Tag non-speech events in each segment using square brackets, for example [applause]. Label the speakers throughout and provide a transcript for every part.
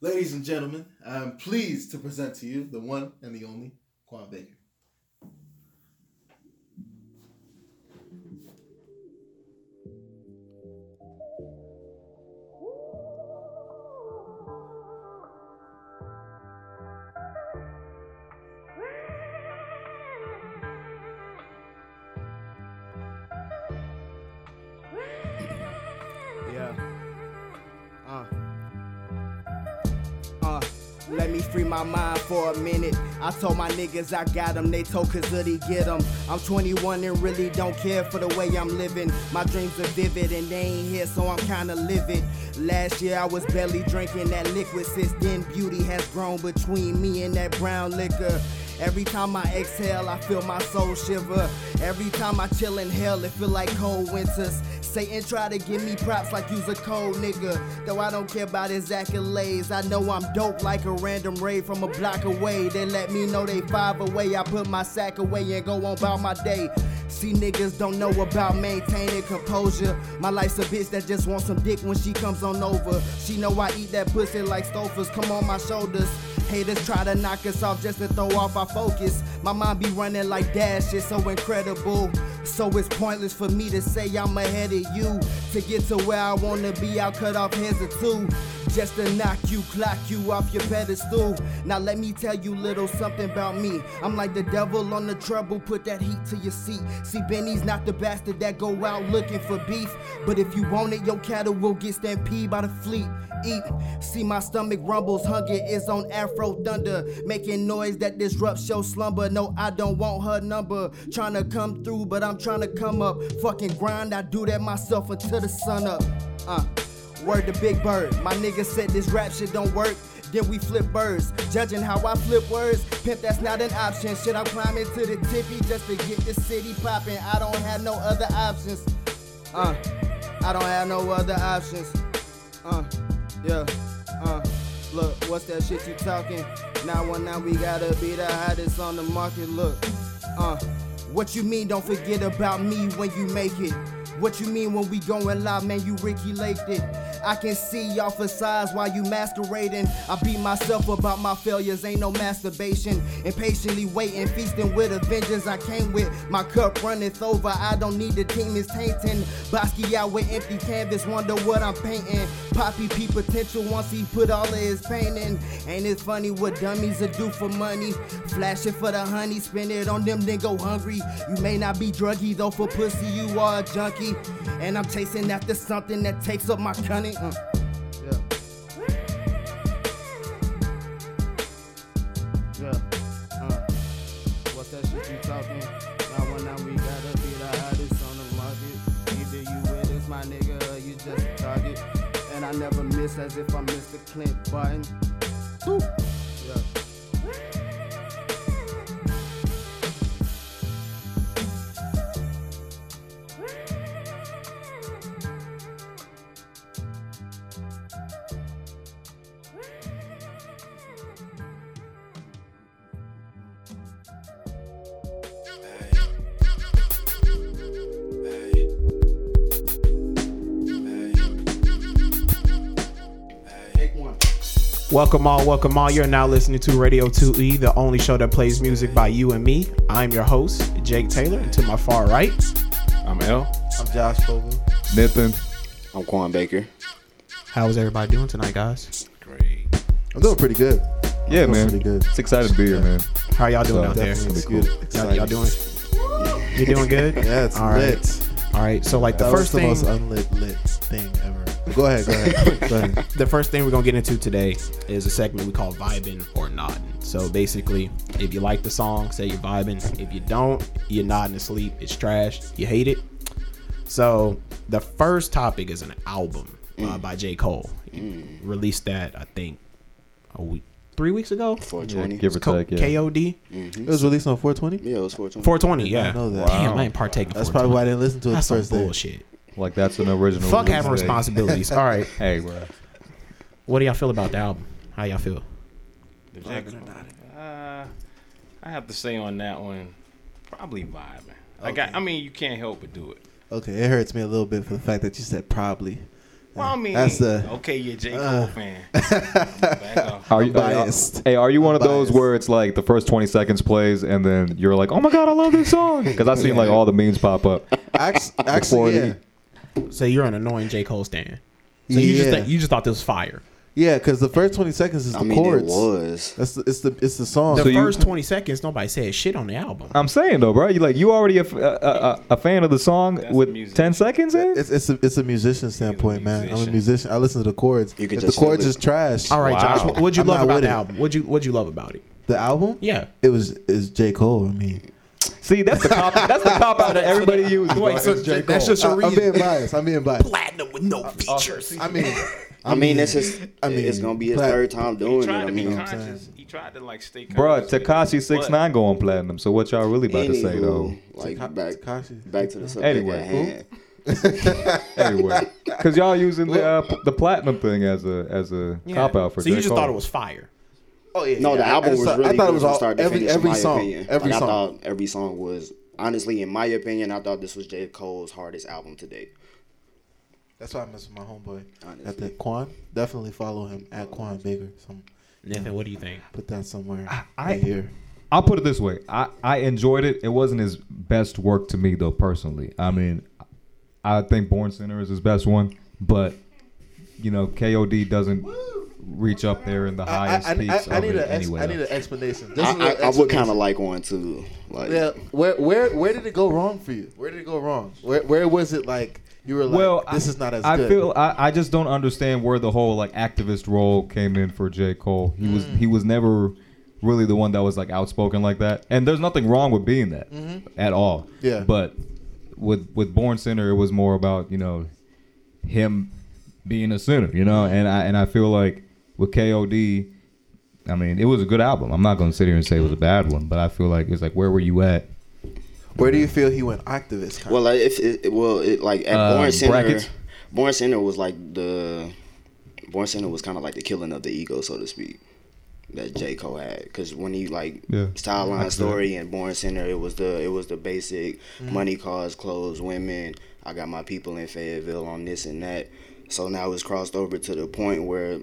Speaker 1: Ladies and gentlemen, I'm pleased to present to you the one and the only Quan Baker.
Speaker 2: Yeah. Uh. Uh. Let me free my mind for a minute. I told my niggas I got 'em, they told Kazudi get 'em. I'm 21 and really don't care for the way I'm living. My dreams are vivid and they ain't here, so I'm kinda livid. Last year I was barely drinking that liquid, since then beauty has grown between me and that brown liquor. Every time I exhale, I feel my soul shiver. Every time I chill in hell, it feel like cold winters. Satan try to give me props like you's a cold nigga. Though I don't care about his accolades, I know I'm dope like a random raid from a block away. They let me know they five away. I put my sack away and go on about my day. See, niggas don't know about maintaining composure. My life's a bitch that just wants some dick when she comes on over. She know I eat that pussy like stofers. Come on my shoulders. Haters try to knock us off just to throw off our focus. My mind be running like dash, it's so incredible. So it's pointless for me to say I'm ahead of you. To get to where I wanna be, I'll cut off heads or two. Just to knock you, clock you off your pedestal. Now let me tell you little something about me. I'm like the devil on the treble, put that heat to your seat. See, Benny's not the bastard that go out looking for beef. But if you want it, your cattle will get stampede by the fleet. Eat. See my stomach rumbles, hunger is on Afro thunder, making noise that disrupts your slumber. No, I don't want her number. Trying to come through, but I'm trying to come up. Fucking grind, I do that myself until the sun up. Uh, word to Big Bird. My nigga said this rap shit don't work. Then we flip birds. Judging how I flip words, pimp, that's not an option. Shit, I'm climbing to the tippy just to get the city poppin'. I don't have no other options. Uh, I don't have no other options. Uh, yeah, uh, look, what's that shit you talking? Now one now we gotta be the hottest on the market. Look, uh, what you mean don't forget about me when you make it? What you mean when we going live, man? You Ricky Laked it. I can see y'all facades while you masquerading. I beat myself about my failures, ain't no masturbation. Impatiently waiting, feasting with a vengeance I came with. My cup runneth over, I don't need the team is tainting. Bosky out with empty canvas, wonder what I'm painting. Poppy P potential once he put all of his pain in. Ain't it funny what dummies are do for money? Flash it for the honey, spend it on them, then go hungry. You may not be druggy though, for pussy you are a junkie. And I'm chasing after something that takes up my cunning. Uh, yeah. Yeah. Uh, what's that shit you talking? Now when now we gotta be the hottest on the market. Either you with us, my nigga, or you just a target. And I never miss as if I'm Mr. Clint Barton. Woo. Yeah. Take one.
Speaker 3: Welcome all, welcome all. You're now listening to Radio 2E, the only show that plays music by you and me. I'm your host, Jake Taylor, and to my far right,
Speaker 4: I'm L.
Speaker 1: I'm Josh Fogel.
Speaker 4: Nathan.
Speaker 5: I'm Quan Baker.
Speaker 3: how is everybody doing tonight, guys?
Speaker 4: Great.
Speaker 1: I'm doing pretty good.
Speaker 4: Yeah,
Speaker 1: That's
Speaker 4: man.
Speaker 1: pretty good.
Speaker 4: It's excited to be here, man.
Speaker 3: How y'all doing out there?
Speaker 4: definitely.
Speaker 1: It's
Speaker 4: cool.
Speaker 1: good.
Speaker 3: Y'all, y'all
Speaker 1: Exciting.
Speaker 3: doing? You doing good?
Speaker 1: [laughs] Yeah, it's
Speaker 3: all right.
Speaker 1: lit.
Speaker 3: All right. So like the
Speaker 1: that was
Speaker 3: first
Speaker 1: the
Speaker 3: thing,
Speaker 1: most unlit lit thing ever. Go ahead, go
Speaker 3: [laughs]
Speaker 1: ahead. go ahead.
Speaker 3: the first thing we're gonna get into today is a segment we call vibing or nodding. So basically, if you like the song, say you're vibing. If you don't, you're nodding asleep. It's trash. You hate it. So the first topic is an album
Speaker 1: Mm.
Speaker 3: uh, by J. Cole. He Released that I think a week, three weeks ago.
Speaker 5: 420.
Speaker 4: Give or
Speaker 3: Co-
Speaker 4: take, yeah.
Speaker 3: K.O.D.
Speaker 1: It was released on 420.
Speaker 5: Yeah, it was 420.
Speaker 3: 420. Yeah.
Speaker 1: Mm. know that.
Speaker 3: Damn, I ain't partaking.
Speaker 1: That's probably why I didn't listen to it
Speaker 3: That's
Speaker 1: the
Speaker 3: some
Speaker 1: first day.
Speaker 3: bullshit.
Speaker 4: Like that's an original.
Speaker 3: Fuck having
Speaker 4: release date.
Speaker 1: [laughs]
Speaker 3: responsibilities. All right.
Speaker 4: Hey, bro.
Speaker 3: What do y'all feel about the album? How y'all feel?
Speaker 6: Uh, I have to say on that one, probably vibing. Like I, I mean, you can't help but do it.
Speaker 1: Okay, it hurts me a little bit for the fact that you said probably.
Speaker 6: Well, I mean,
Speaker 7: That's the-
Speaker 6: okay, you're a
Speaker 8: uh,
Speaker 6: J. Cole
Speaker 8: [laughs]
Speaker 6: fan. Back off.
Speaker 4: Are you
Speaker 7: Biased.
Speaker 4: Hey, are you one of those
Speaker 7: Biased.
Speaker 4: where it's like the first 20 seconds plays and then you're like, oh my god, I love this song? Because I've seen like all the memes pop up.
Speaker 7: Actually, actually yeah.
Speaker 4: 40.
Speaker 3: So you're an annoying J Cole stan. So you just
Speaker 7: Yeah.
Speaker 3: think, you just thought this was fire.
Speaker 7: Yeah, because the first twenty seconds is the
Speaker 8: I mean,
Speaker 7: chords.
Speaker 8: it was.
Speaker 7: That's the, it's the it's the song.
Speaker 3: The
Speaker 4: So you-
Speaker 3: first [laughs] 20 seconds, nobody said shit on the album.
Speaker 4: I'm saying though, bro, you like you already a, f- a- a- a fan of the song
Speaker 6: That's
Speaker 4: with
Speaker 6: music.
Speaker 4: 10 seconds in?
Speaker 7: it's it's a, it's a musician standpoint, man. I'm a
Speaker 6: musician.
Speaker 7: musician. I listen to the chords.
Speaker 8: You could
Speaker 7: if the
Speaker 8: just
Speaker 7: chords
Speaker 8: feel
Speaker 7: is
Speaker 8: it.
Speaker 7: trash.
Speaker 3: All right,
Speaker 4: Wow.
Speaker 3: Josh. What'd you
Speaker 7: I'm
Speaker 3: love
Speaker 7: not
Speaker 3: about
Speaker 7: with
Speaker 3: the
Speaker 7: it.
Speaker 3: album? What'd you What'd you love about it?
Speaker 7: The album?
Speaker 3: Yeah.
Speaker 7: It was is J Cole. I mean,
Speaker 4: See, that's the cop that's the cop out that everybody uses.
Speaker 3: [laughs]
Speaker 4: bro.
Speaker 3: Wait, so
Speaker 7: J.
Speaker 3: that's just
Speaker 7: I,
Speaker 3: a
Speaker 7: I'm being
Speaker 3: reason.
Speaker 7: biased. I'm being biased.
Speaker 3: Platinum with no features.
Speaker 7: I mean,
Speaker 8: I mean, this is.
Speaker 7: [laughs] I mean,
Speaker 8: it's gonna be his
Speaker 7: plat-
Speaker 8: third time
Speaker 6: He
Speaker 8: doing it.
Speaker 6: tried
Speaker 8: I
Speaker 6: to be
Speaker 8: mean,
Speaker 6: conscious. He tried to like stay
Speaker 4: Bro,
Speaker 6: conscious.
Speaker 4: Takashi six
Speaker 6: But-
Speaker 4: nine going platinum. So what y'all really about to say though?
Speaker 8: anywho, like
Speaker 7: Taka-
Speaker 8: back,
Speaker 7: Takashi.
Speaker 8: back to the subject
Speaker 4: Anyway,
Speaker 8: at
Speaker 4: who?
Speaker 8: hand.
Speaker 4: Anyway, because y'all using the uh, p- the platinum thing as a as a cop out for.
Speaker 3: So you
Speaker 4: J.
Speaker 3: just
Speaker 4: Cole.
Speaker 3: thought it was fire.
Speaker 7: oh yeah.
Speaker 8: No, the
Speaker 7: yeah, I-
Speaker 8: album
Speaker 7: I
Speaker 8: was
Speaker 7: just thought-
Speaker 8: really
Speaker 7: I thought
Speaker 8: good
Speaker 7: it was
Speaker 8: from
Speaker 7: all
Speaker 8: start to
Speaker 7: every
Speaker 8: finish, in
Speaker 7: every
Speaker 8: my
Speaker 7: song.
Speaker 8: opinion.
Speaker 7: Every
Speaker 8: like, I
Speaker 7: song.
Speaker 8: thought every song was honestly, in my opinion, I thought this was J. Cole's hardest album to date.
Speaker 7: That's why I miss my homeboy.
Speaker 8: Honestly.
Speaker 7: At the Quan, definitely follow him at Quan Baker. Some
Speaker 3: Nathan, what do you think?
Speaker 7: put that somewhere.
Speaker 4: I-
Speaker 7: right here.
Speaker 4: I'll put it this way. I, I enjoyed it. It wasn't his best work to me though, personally. I mean, I think Born Sinner is his best one, but you know, KOD doesn't reach up there in the
Speaker 7: I,
Speaker 4: highest
Speaker 7: I, I,
Speaker 4: peaks
Speaker 7: I,
Speaker 4: of
Speaker 7: need
Speaker 4: it
Speaker 7: a ex-
Speaker 4: anyway.
Speaker 7: I need an explanation. Just a
Speaker 8: I,
Speaker 7: little
Speaker 8: I, I would
Speaker 7: explanation.
Speaker 8: kind of like one too. Like,
Speaker 7: Yeah, where where where did it go wrong for you? Where did it go wrong? Where where was it like you were like
Speaker 4: well,
Speaker 7: this
Speaker 4: I-
Speaker 7: is not as
Speaker 4: I
Speaker 7: good?
Speaker 4: feel I, I just don't understand where the whole like activist role came in for J. Cole. He
Speaker 7: Mm.
Speaker 4: was he was never really the one that was like outspoken like that. And there's nothing wrong with being that at all.
Speaker 7: Mm-hmm. Yeah.
Speaker 4: But with with Born Sinner, it was more about you know him being a sinner, you know. And I and I feel like with K.O.D. I mean, it was a good album. I'm not going to sit here and say it was
Speaker 7: Mm-hmm.
Speaker 4: a bad one, but I feel like it's like where were you at?
Speaker 7: where do you feel he went activist? Kind
Speaker 8: well, like, if it, it- well, it, like at
Speaker 4: Uh,
Speaker 8: Born Center,
Speaker 4: brackets?
Speaker 8: Born Center was like the Born Center was kind of like the killing of the ego, so to speak. That J Cole had, because when he like
Speaker 4: Yeah, I
Speaker 8: Styline
Speaker 4: see
Speaker 8: Story and Born Center, it was the it was the basic money, cars, clothes, women. I got my people in Fayetteville on this and that. So now it's crossed over to the point where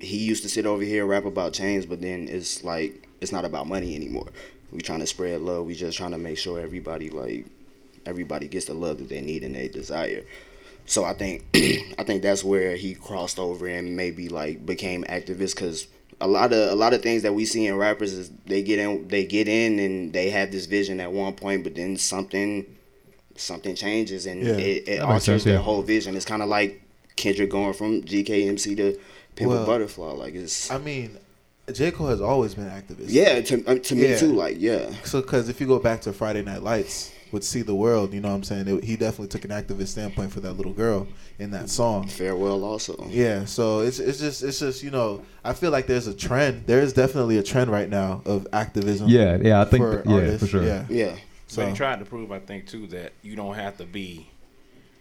Speaker 8: he used to sit over here and rap about chains, but then it's like it's not about money anymore. We trying to spread love. We just trying to make sure everybody like everybody gets the love that they need and they desire. So I think [clears throat] I think that's where he crossed over and maybe like became activist because a lot of a lot of things that we see in rappers is they get in they get in and they have this vision at one point, but then something something changes and
Speaker 7: Yeah,
Speaker 8: it, it
Speaker 4: that makes
Speaker 8: alters
Speaker 4: sense,
Speaker 8: their
Speaker 4: yeah.
Speaker 8: whole vision. It's kind of like Kendrick going from GKMC to Pimp
Speaker 7: Well,
Speaker 8: a Butterfly. Like it's
Speaker 7: I mean, J Cole has always been activist.
Speaker 8: yeah to uh, to me
Speaker 7: Yeah.
Speaker 8: too. Like yeah.
Speaker 7: So because if you go back to Friday Night Lights with See the World, you know what I'm saying it, he definitely took an activist standpoint for that little girl in that song.
Speaker 8: Farewell also.
Speaker 7: Yeah, so it's it's just it's just you know I feel like there's a trend. There is definitely a trend right now of activism.
Speaker 4: Yeah, yeah, I think
Speaker 7: for
Speaker 4: yeah,
Speaker 7: artists.
Speaker 4: for sure.
Speaker 7: Yeah,
Speaker 8: Yeah.
Speaker 7: so
Speaker 6: But he tried to prove, I think, too, that you don't have to be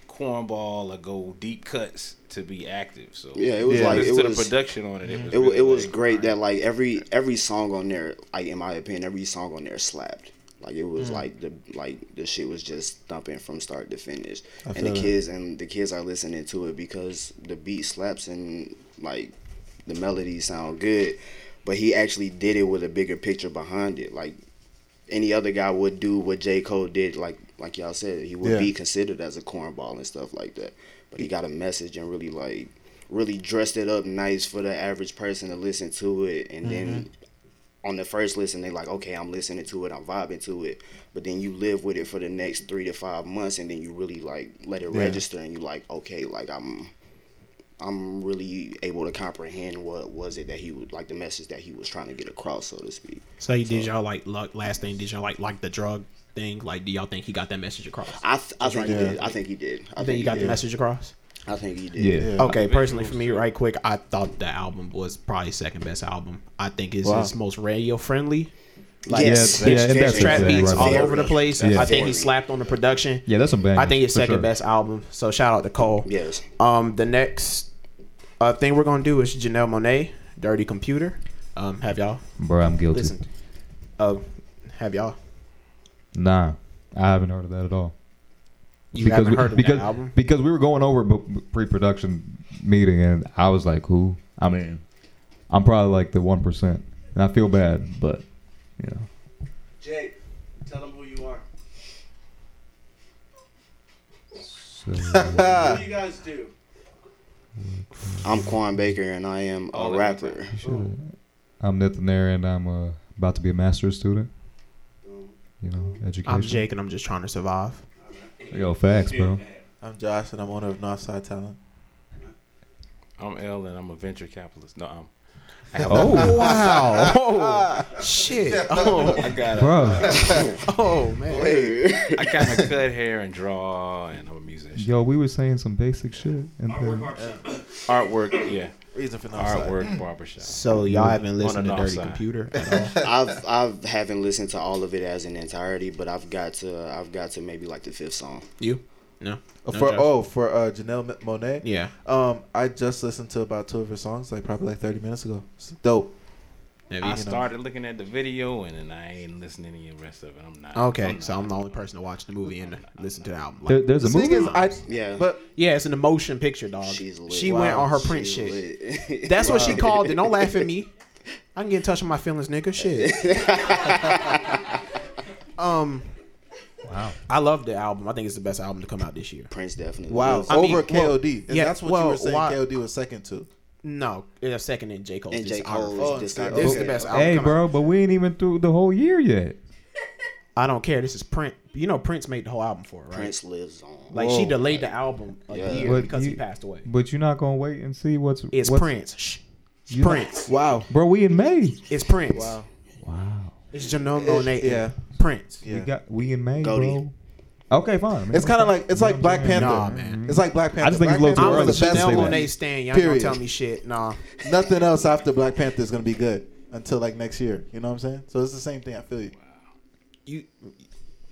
Speaker 6: cornball or go deep cuts to be active. So
Speaker 8: Yeah, it was
Speaker 7: Yeah.
Speaker 8: like it
Speaker 6: Listen to
Speaker 8: was
Speaker 6: the production on it. It was,
Speaker 8: it, wa-
Speaker 6: really
Speaker 8: it was
Speaker 6: like,
Speaker 8: great that like every every song on there, like in my opinion, every song on there slapped. Like it
Speaker 7: Mm.
Speaker 8: was like the like the shit was just thumping from start to finish, and the
Speaker 7: feel that.
Speaker 8: kids and the kids are listening to it because the beat slaps and like the melodies sound good, but he actually did it with a bigger picture behind it. Like any other guy would do what J Cole did, like like y'all said, he would
Speaker 7: Yeah.
Speaker 8: be considered as a cornball and stuff like that. But he got a message and really like really dressed it up nice for the average person to listen to it, and then
Speaker 7: Mm-hmm.
Speaker 8: on the first listen they like, okay, I'm listening to it, I'm vibing to it. But then you live with it for the next three to five months, and then you really like let it
Speaker 7: Yeah.
Speaker 8: register, and you like, okay, like I'm. I'm really able to comprehend what was it that he would like the message that he was trying to get across, so to speak.
Speaker 3: So you did y'all like luck last thing? Did y'all like like the drug thing? Like, do y'all think he got that message across? I
Speaker 8: I, th- I think he did. I think he did. I
Speaker 3: think
Speaker 8: think
Speaker 3: he got the
Speaker 8: did.
Speaker 3: message across. Uh,
Speaker 8: I think he did.
Speaker 4: Yeah.
Speaker 3: Okay, personally for me, right quick, I thought the album was probably second best album. I think it's his most radio friendly. Like,
Speaker 8: Yes.
Speaker 4: Yeah, yeah, it
Speaker 3: there's
Speaker 4: does
Speaker 3: trap
Speaker 4: exactly
Speaker 3: beats
Speaker 4: right.
Speaker 3: all
Speaker 4: Very,
Speaker 3: over the place.
Speaker 4: yeah.
Speaker 3: I think
Speaker 8: very.
Speaker 3: he slapped on the production.
Speaker 4: Yeah, that's a banger,
Speaker 3: I think it's
Speaker 4: for
Speaker 3: second
Speaker 4: sure.
Speaker 3: best album. So shout out to Cole.
Speaker 8: Yes.
Speaker 3: Um, the next uh, thing we're gonna do is Janelle Monet, Dirty Computer. Um, have y'all
Speaker 4: Bro, I'm guilty.
Speaker 3: listen? Uh, have y'all?
Speaker 4: Nah, I haven't heard of that at all.
Speaker 3: You
Speaker 4: because
Speaker 3: haven't
Speaker 4: we,
Speaker 3: heard of that
Speaker 4: because,
Speaker 3: album?
Speaker 4: because we were going over b- pre-production meeting, and I was like, "Who?" I mean, I'm probably like the one percent, and I feel bad, but you know,
Speaker 7: Jay, tell them who you are. What do you guys do?
Speaker 8: I'm Quan Baker and I am a rapper.
Speaker 4: [laughs] I'm Nathan there, and I'm uh, about to be a master's student. You know, education.
Speaker 3: I'm Jake, and I'm just trying to survive.
Speaker 4: Yo,
Speaker 7: [laughs]
Speaker 4: facts, bro.
Speaker 5: I'm Josh, and I'm owner of Northside Talent.
Speaker 6: I'm L and I'm a venture capitalist. No, I'm. I have
Speaker 4: Oh, [laughs]
Speaker 3: Wow! [laughs] Oh, shit! Oh,
Speaker 6: I got a,
Speaker 4: bro.
Speaker 3: oh man!
Speaker 6: I kind of cut hair and draw, and I'm a musician.
Speaker 4: Yo, we were saying some basic shit, and then,
Speaker 6: Artwork, yeah,
Speaker 5: Reason for Northside.
Speaker 4: "Hmm."
Speaker 6: artwork, barbershop.
Speaker 3: So y'all haven't listened to
Speaker 6: north
Speaker 3: Dirty
Speaker 6: side.
Speaker 3: Computer at
Speaker 8: [laughs]
Speaker 3: all?
Speaker 8: [laughs] I've I've haven't listened to all of it as an entirety, but I've got to I've got to maybe like the fifth song.
Speaker 3: you? No.
Speaker 5: Uh,
Speaker 3: No
Speaker 5: For
Speaker 3: judge.
Speaker 5: oh, for uh, Janelle M- Monet.
Speaker 3: Yeah.
Speaker 5: Um, I just listened to about two of her songs, like probably like 30 minutes ago. It's dope.
Speaker 3: Have you-
Speaker 6: I started looking at the video, and then I ain't listening to any of the rest of it. I'm not.
Speaker 3: Okay,
Speaker 6: not.
Speaker 3: so I'm the only person to watch the movie and listen to the album.
Speaker 4: there,
Speaker 3: Like,
Speaker 4: there's a
Speaker 5: The thing
Speaker 4: movie.
Speaker 5: is, I
Speaker 8: Yeah.
Speaker 5: but
Speaker 3: yeah, it's an emotion picture, dog.
Speaker 8: She's lit.
Speaker 3: She went
Speaker 8: Wow,
Speaker 3: on her print
Speaker 8: she's
Speaker 3: shit.
Speaker 8: [laughs] lit.
Speaker 3: That's what she called it. Don't laugh at me. I can get in touch with my feelings, nigga. Shit. um. Wow. I love the album. I think it's the best album to come out this year.
Speaker 8: Prince definitely.
Speaker 5: wow,
Speaker 8: is.
Speaker 3: I mean,
Speaker 5: over
Speaker 3: well,
Speaker 5: KOD. And
Speaker 3: yeah,
Speaker 5: that's what
Speaker 3: well,
Speaker 5: you were saying.
Speaker 3: why-
Speaker 5: KOD was second to.
Speaker 3: No, it's second in J Cole's.
Speaker 8: And J.
Speaker 3: discography.
Speaker 8: Cole is
Speaker 5: Oh,
Speaker 8: discography.
Speaker 5: okay.
Speaker 3: This is the best album.
Speaker 4: hey,
Speaker 3: come
Speaker 4: bro,
Speaker 3: out.
Speaker 4: but we ain't even through the whole year yet.
Speaker 3: I don't care. This is Prince. You know, Prince made the whole album for it, right?
Speaker 8: Prince lives on.
Speaker 3: Like she delayed the album a
Speaker 8: Yeah.
Speaker 3: year
Speaker 4: But
Speaker 3: because he
Speaker 4: you-
Speaker 3: passed away.
Speaker 4: But you're not gonna wait and see what's
Speaker 3: It's
Speaker 4: what's-
Speaker 3: Prince. Shh. It's
Speaker 4: You-
Speaker 3: Prince.
Speaker 5: Wow.
Speaker 4: Bro, we in May.
Speaker 3: It's Prince.
Speaker 5: Wow.
Speaker 4: Wow.
Speaker 3: It's Janelle Monae.
Speaker 5: yeah.
Speaker 3: Yeah. Prince.
Speaker 5: Yeah.
Speaker 4: We got we in May,
Speaker 8: Goldie.
Speaker 4: bro. Okay, fine. man.
Speaker 5: It's kind of like it's like Black Panther.
Speaker 3: Nah, man.
Speaker 5: It's like Black Panther.
Speaker 4: just think
Speaker 5: Black
Speaker 4: it's a little too
Speaker 5: Panther
Speaker 3: I'm
Speaker 4: early
Speaker 5: was
Speaker 3: a
Speaker 4: to say
Speaker 3: Janelle
Speaker 4: that.
Speaker 3: Monae stan. Y'all ain't gonna
Speaker 5: Period.
Speaker 3: tell me shit. Nah.
Speaker 5: Nothing else after Black Panther is gonna be good until like next year. You know what I'm saying? So it's the same thing. I feel you.
Speaker 3: You.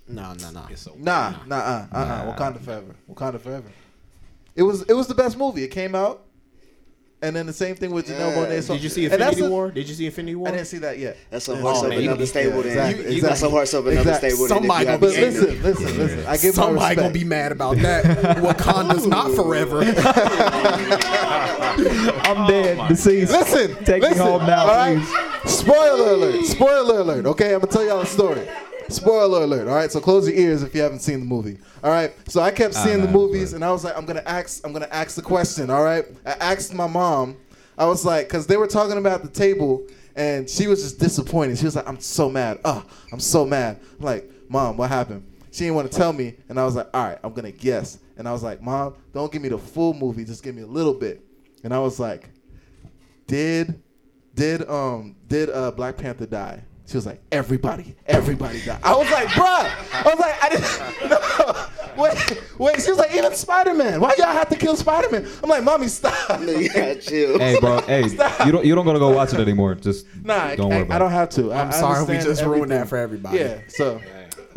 Speaker 3: No, no, no.
Speaker 6: It's so
Speaker 5: Nah, nah, uh, uh, uh, Wakanda forever. Wakanda forever. It was it was the best movie. It came out, and then the same thing with Janelle Monae.
Speaker 3: Did you see
Speaker 5: and that's
Speaker 3: Infinity
Speaker 5: the-
Speaker 3: War? Did you see Infinity War?
Speaker 5: I didn't see that yet.
Speaker 8: That's a
Speaker 5: Yeah,
Speaker 8: horse
Speaker 3: Oh,
Speaker 8: of
Speaker 3: man, you-
Speaker 8: another stable.
Speaker 5: yeah,
Speaker 8: Then
Speaker 5: exactly,
Speaker 8: that's a
Speaker 5: exactly.
Speaker 8: horse of another
Speaker 5: Exactly.
Speaker 8: stable.
Speaker 3: Somebody
Speaker 8: Somebody,
Speaker 5: But
Speaker 3: gonna be
Speaker 8: [laughs]
Speaker 5: listen, listen, listen. I give my
Speaker 3: Somebody
Speaker 5: respect.
Speaker 3: gonna be mad about
Speaker 5: [laughs]
Speaker 3: that. [laughs] Wakanda's not forever.
Speaker 4: I'm dead. Deceased.
Speaker 5: Listen,
Speaker 4: Take me
Speaker 5: listen,
Speaker 4: home now,
Speaker 5: all right? Spoiler alert! Spoiler alert! Okay, I'm gonna tell y'all a story. Spoiler alert! All right, so close your ears if you haven't seen the movie. All right, so I kept seeing the
Speaker 4: know,
Speaker 5: movies,
Speaker 4: but-
Speaker 5: and I was like, I'm gonna ask, I'm gonna ask the question. All right, I asked my mom. I was like, because they were talking about the table, and she was just disappointed. She was like, I'm so mad. Ah, I'm so mad. I'm like, mom, what happened? She didn't want to tell me, and I was like, all right, I'm gonna guess. And I was like, mom, don't give me the full movie, just give me a little bit. And I was like, did did um did uh Black Panther die? She was like, everybody, everybody died. I was like, bruh. I was like, I didn't. [laughs] No. Wait, wait. She was like, even Spider Man. Why y'all have to kill Spider Man? I'm like, mommy, stop.
Speaker 8: You gotta chill.
Speaker 4: [laughs] Hey, bro.
Speaker 5: [laughs]
Speaker 4: Hey, you don't you don't gotta go watch it anymore. Just
Speaker 5: Nah,
Speaker 4: don't
Speaker 5: I,
Speaker 4: worry about
Speaker 5: I don't have to. I,
Speaker 3: I'm sorry, we
Speaker 5: understand
Speaker 3: just ruined that
Speaker 5: everything.
Speaker 3: for everybody.
Speaker 5: Yeah. So,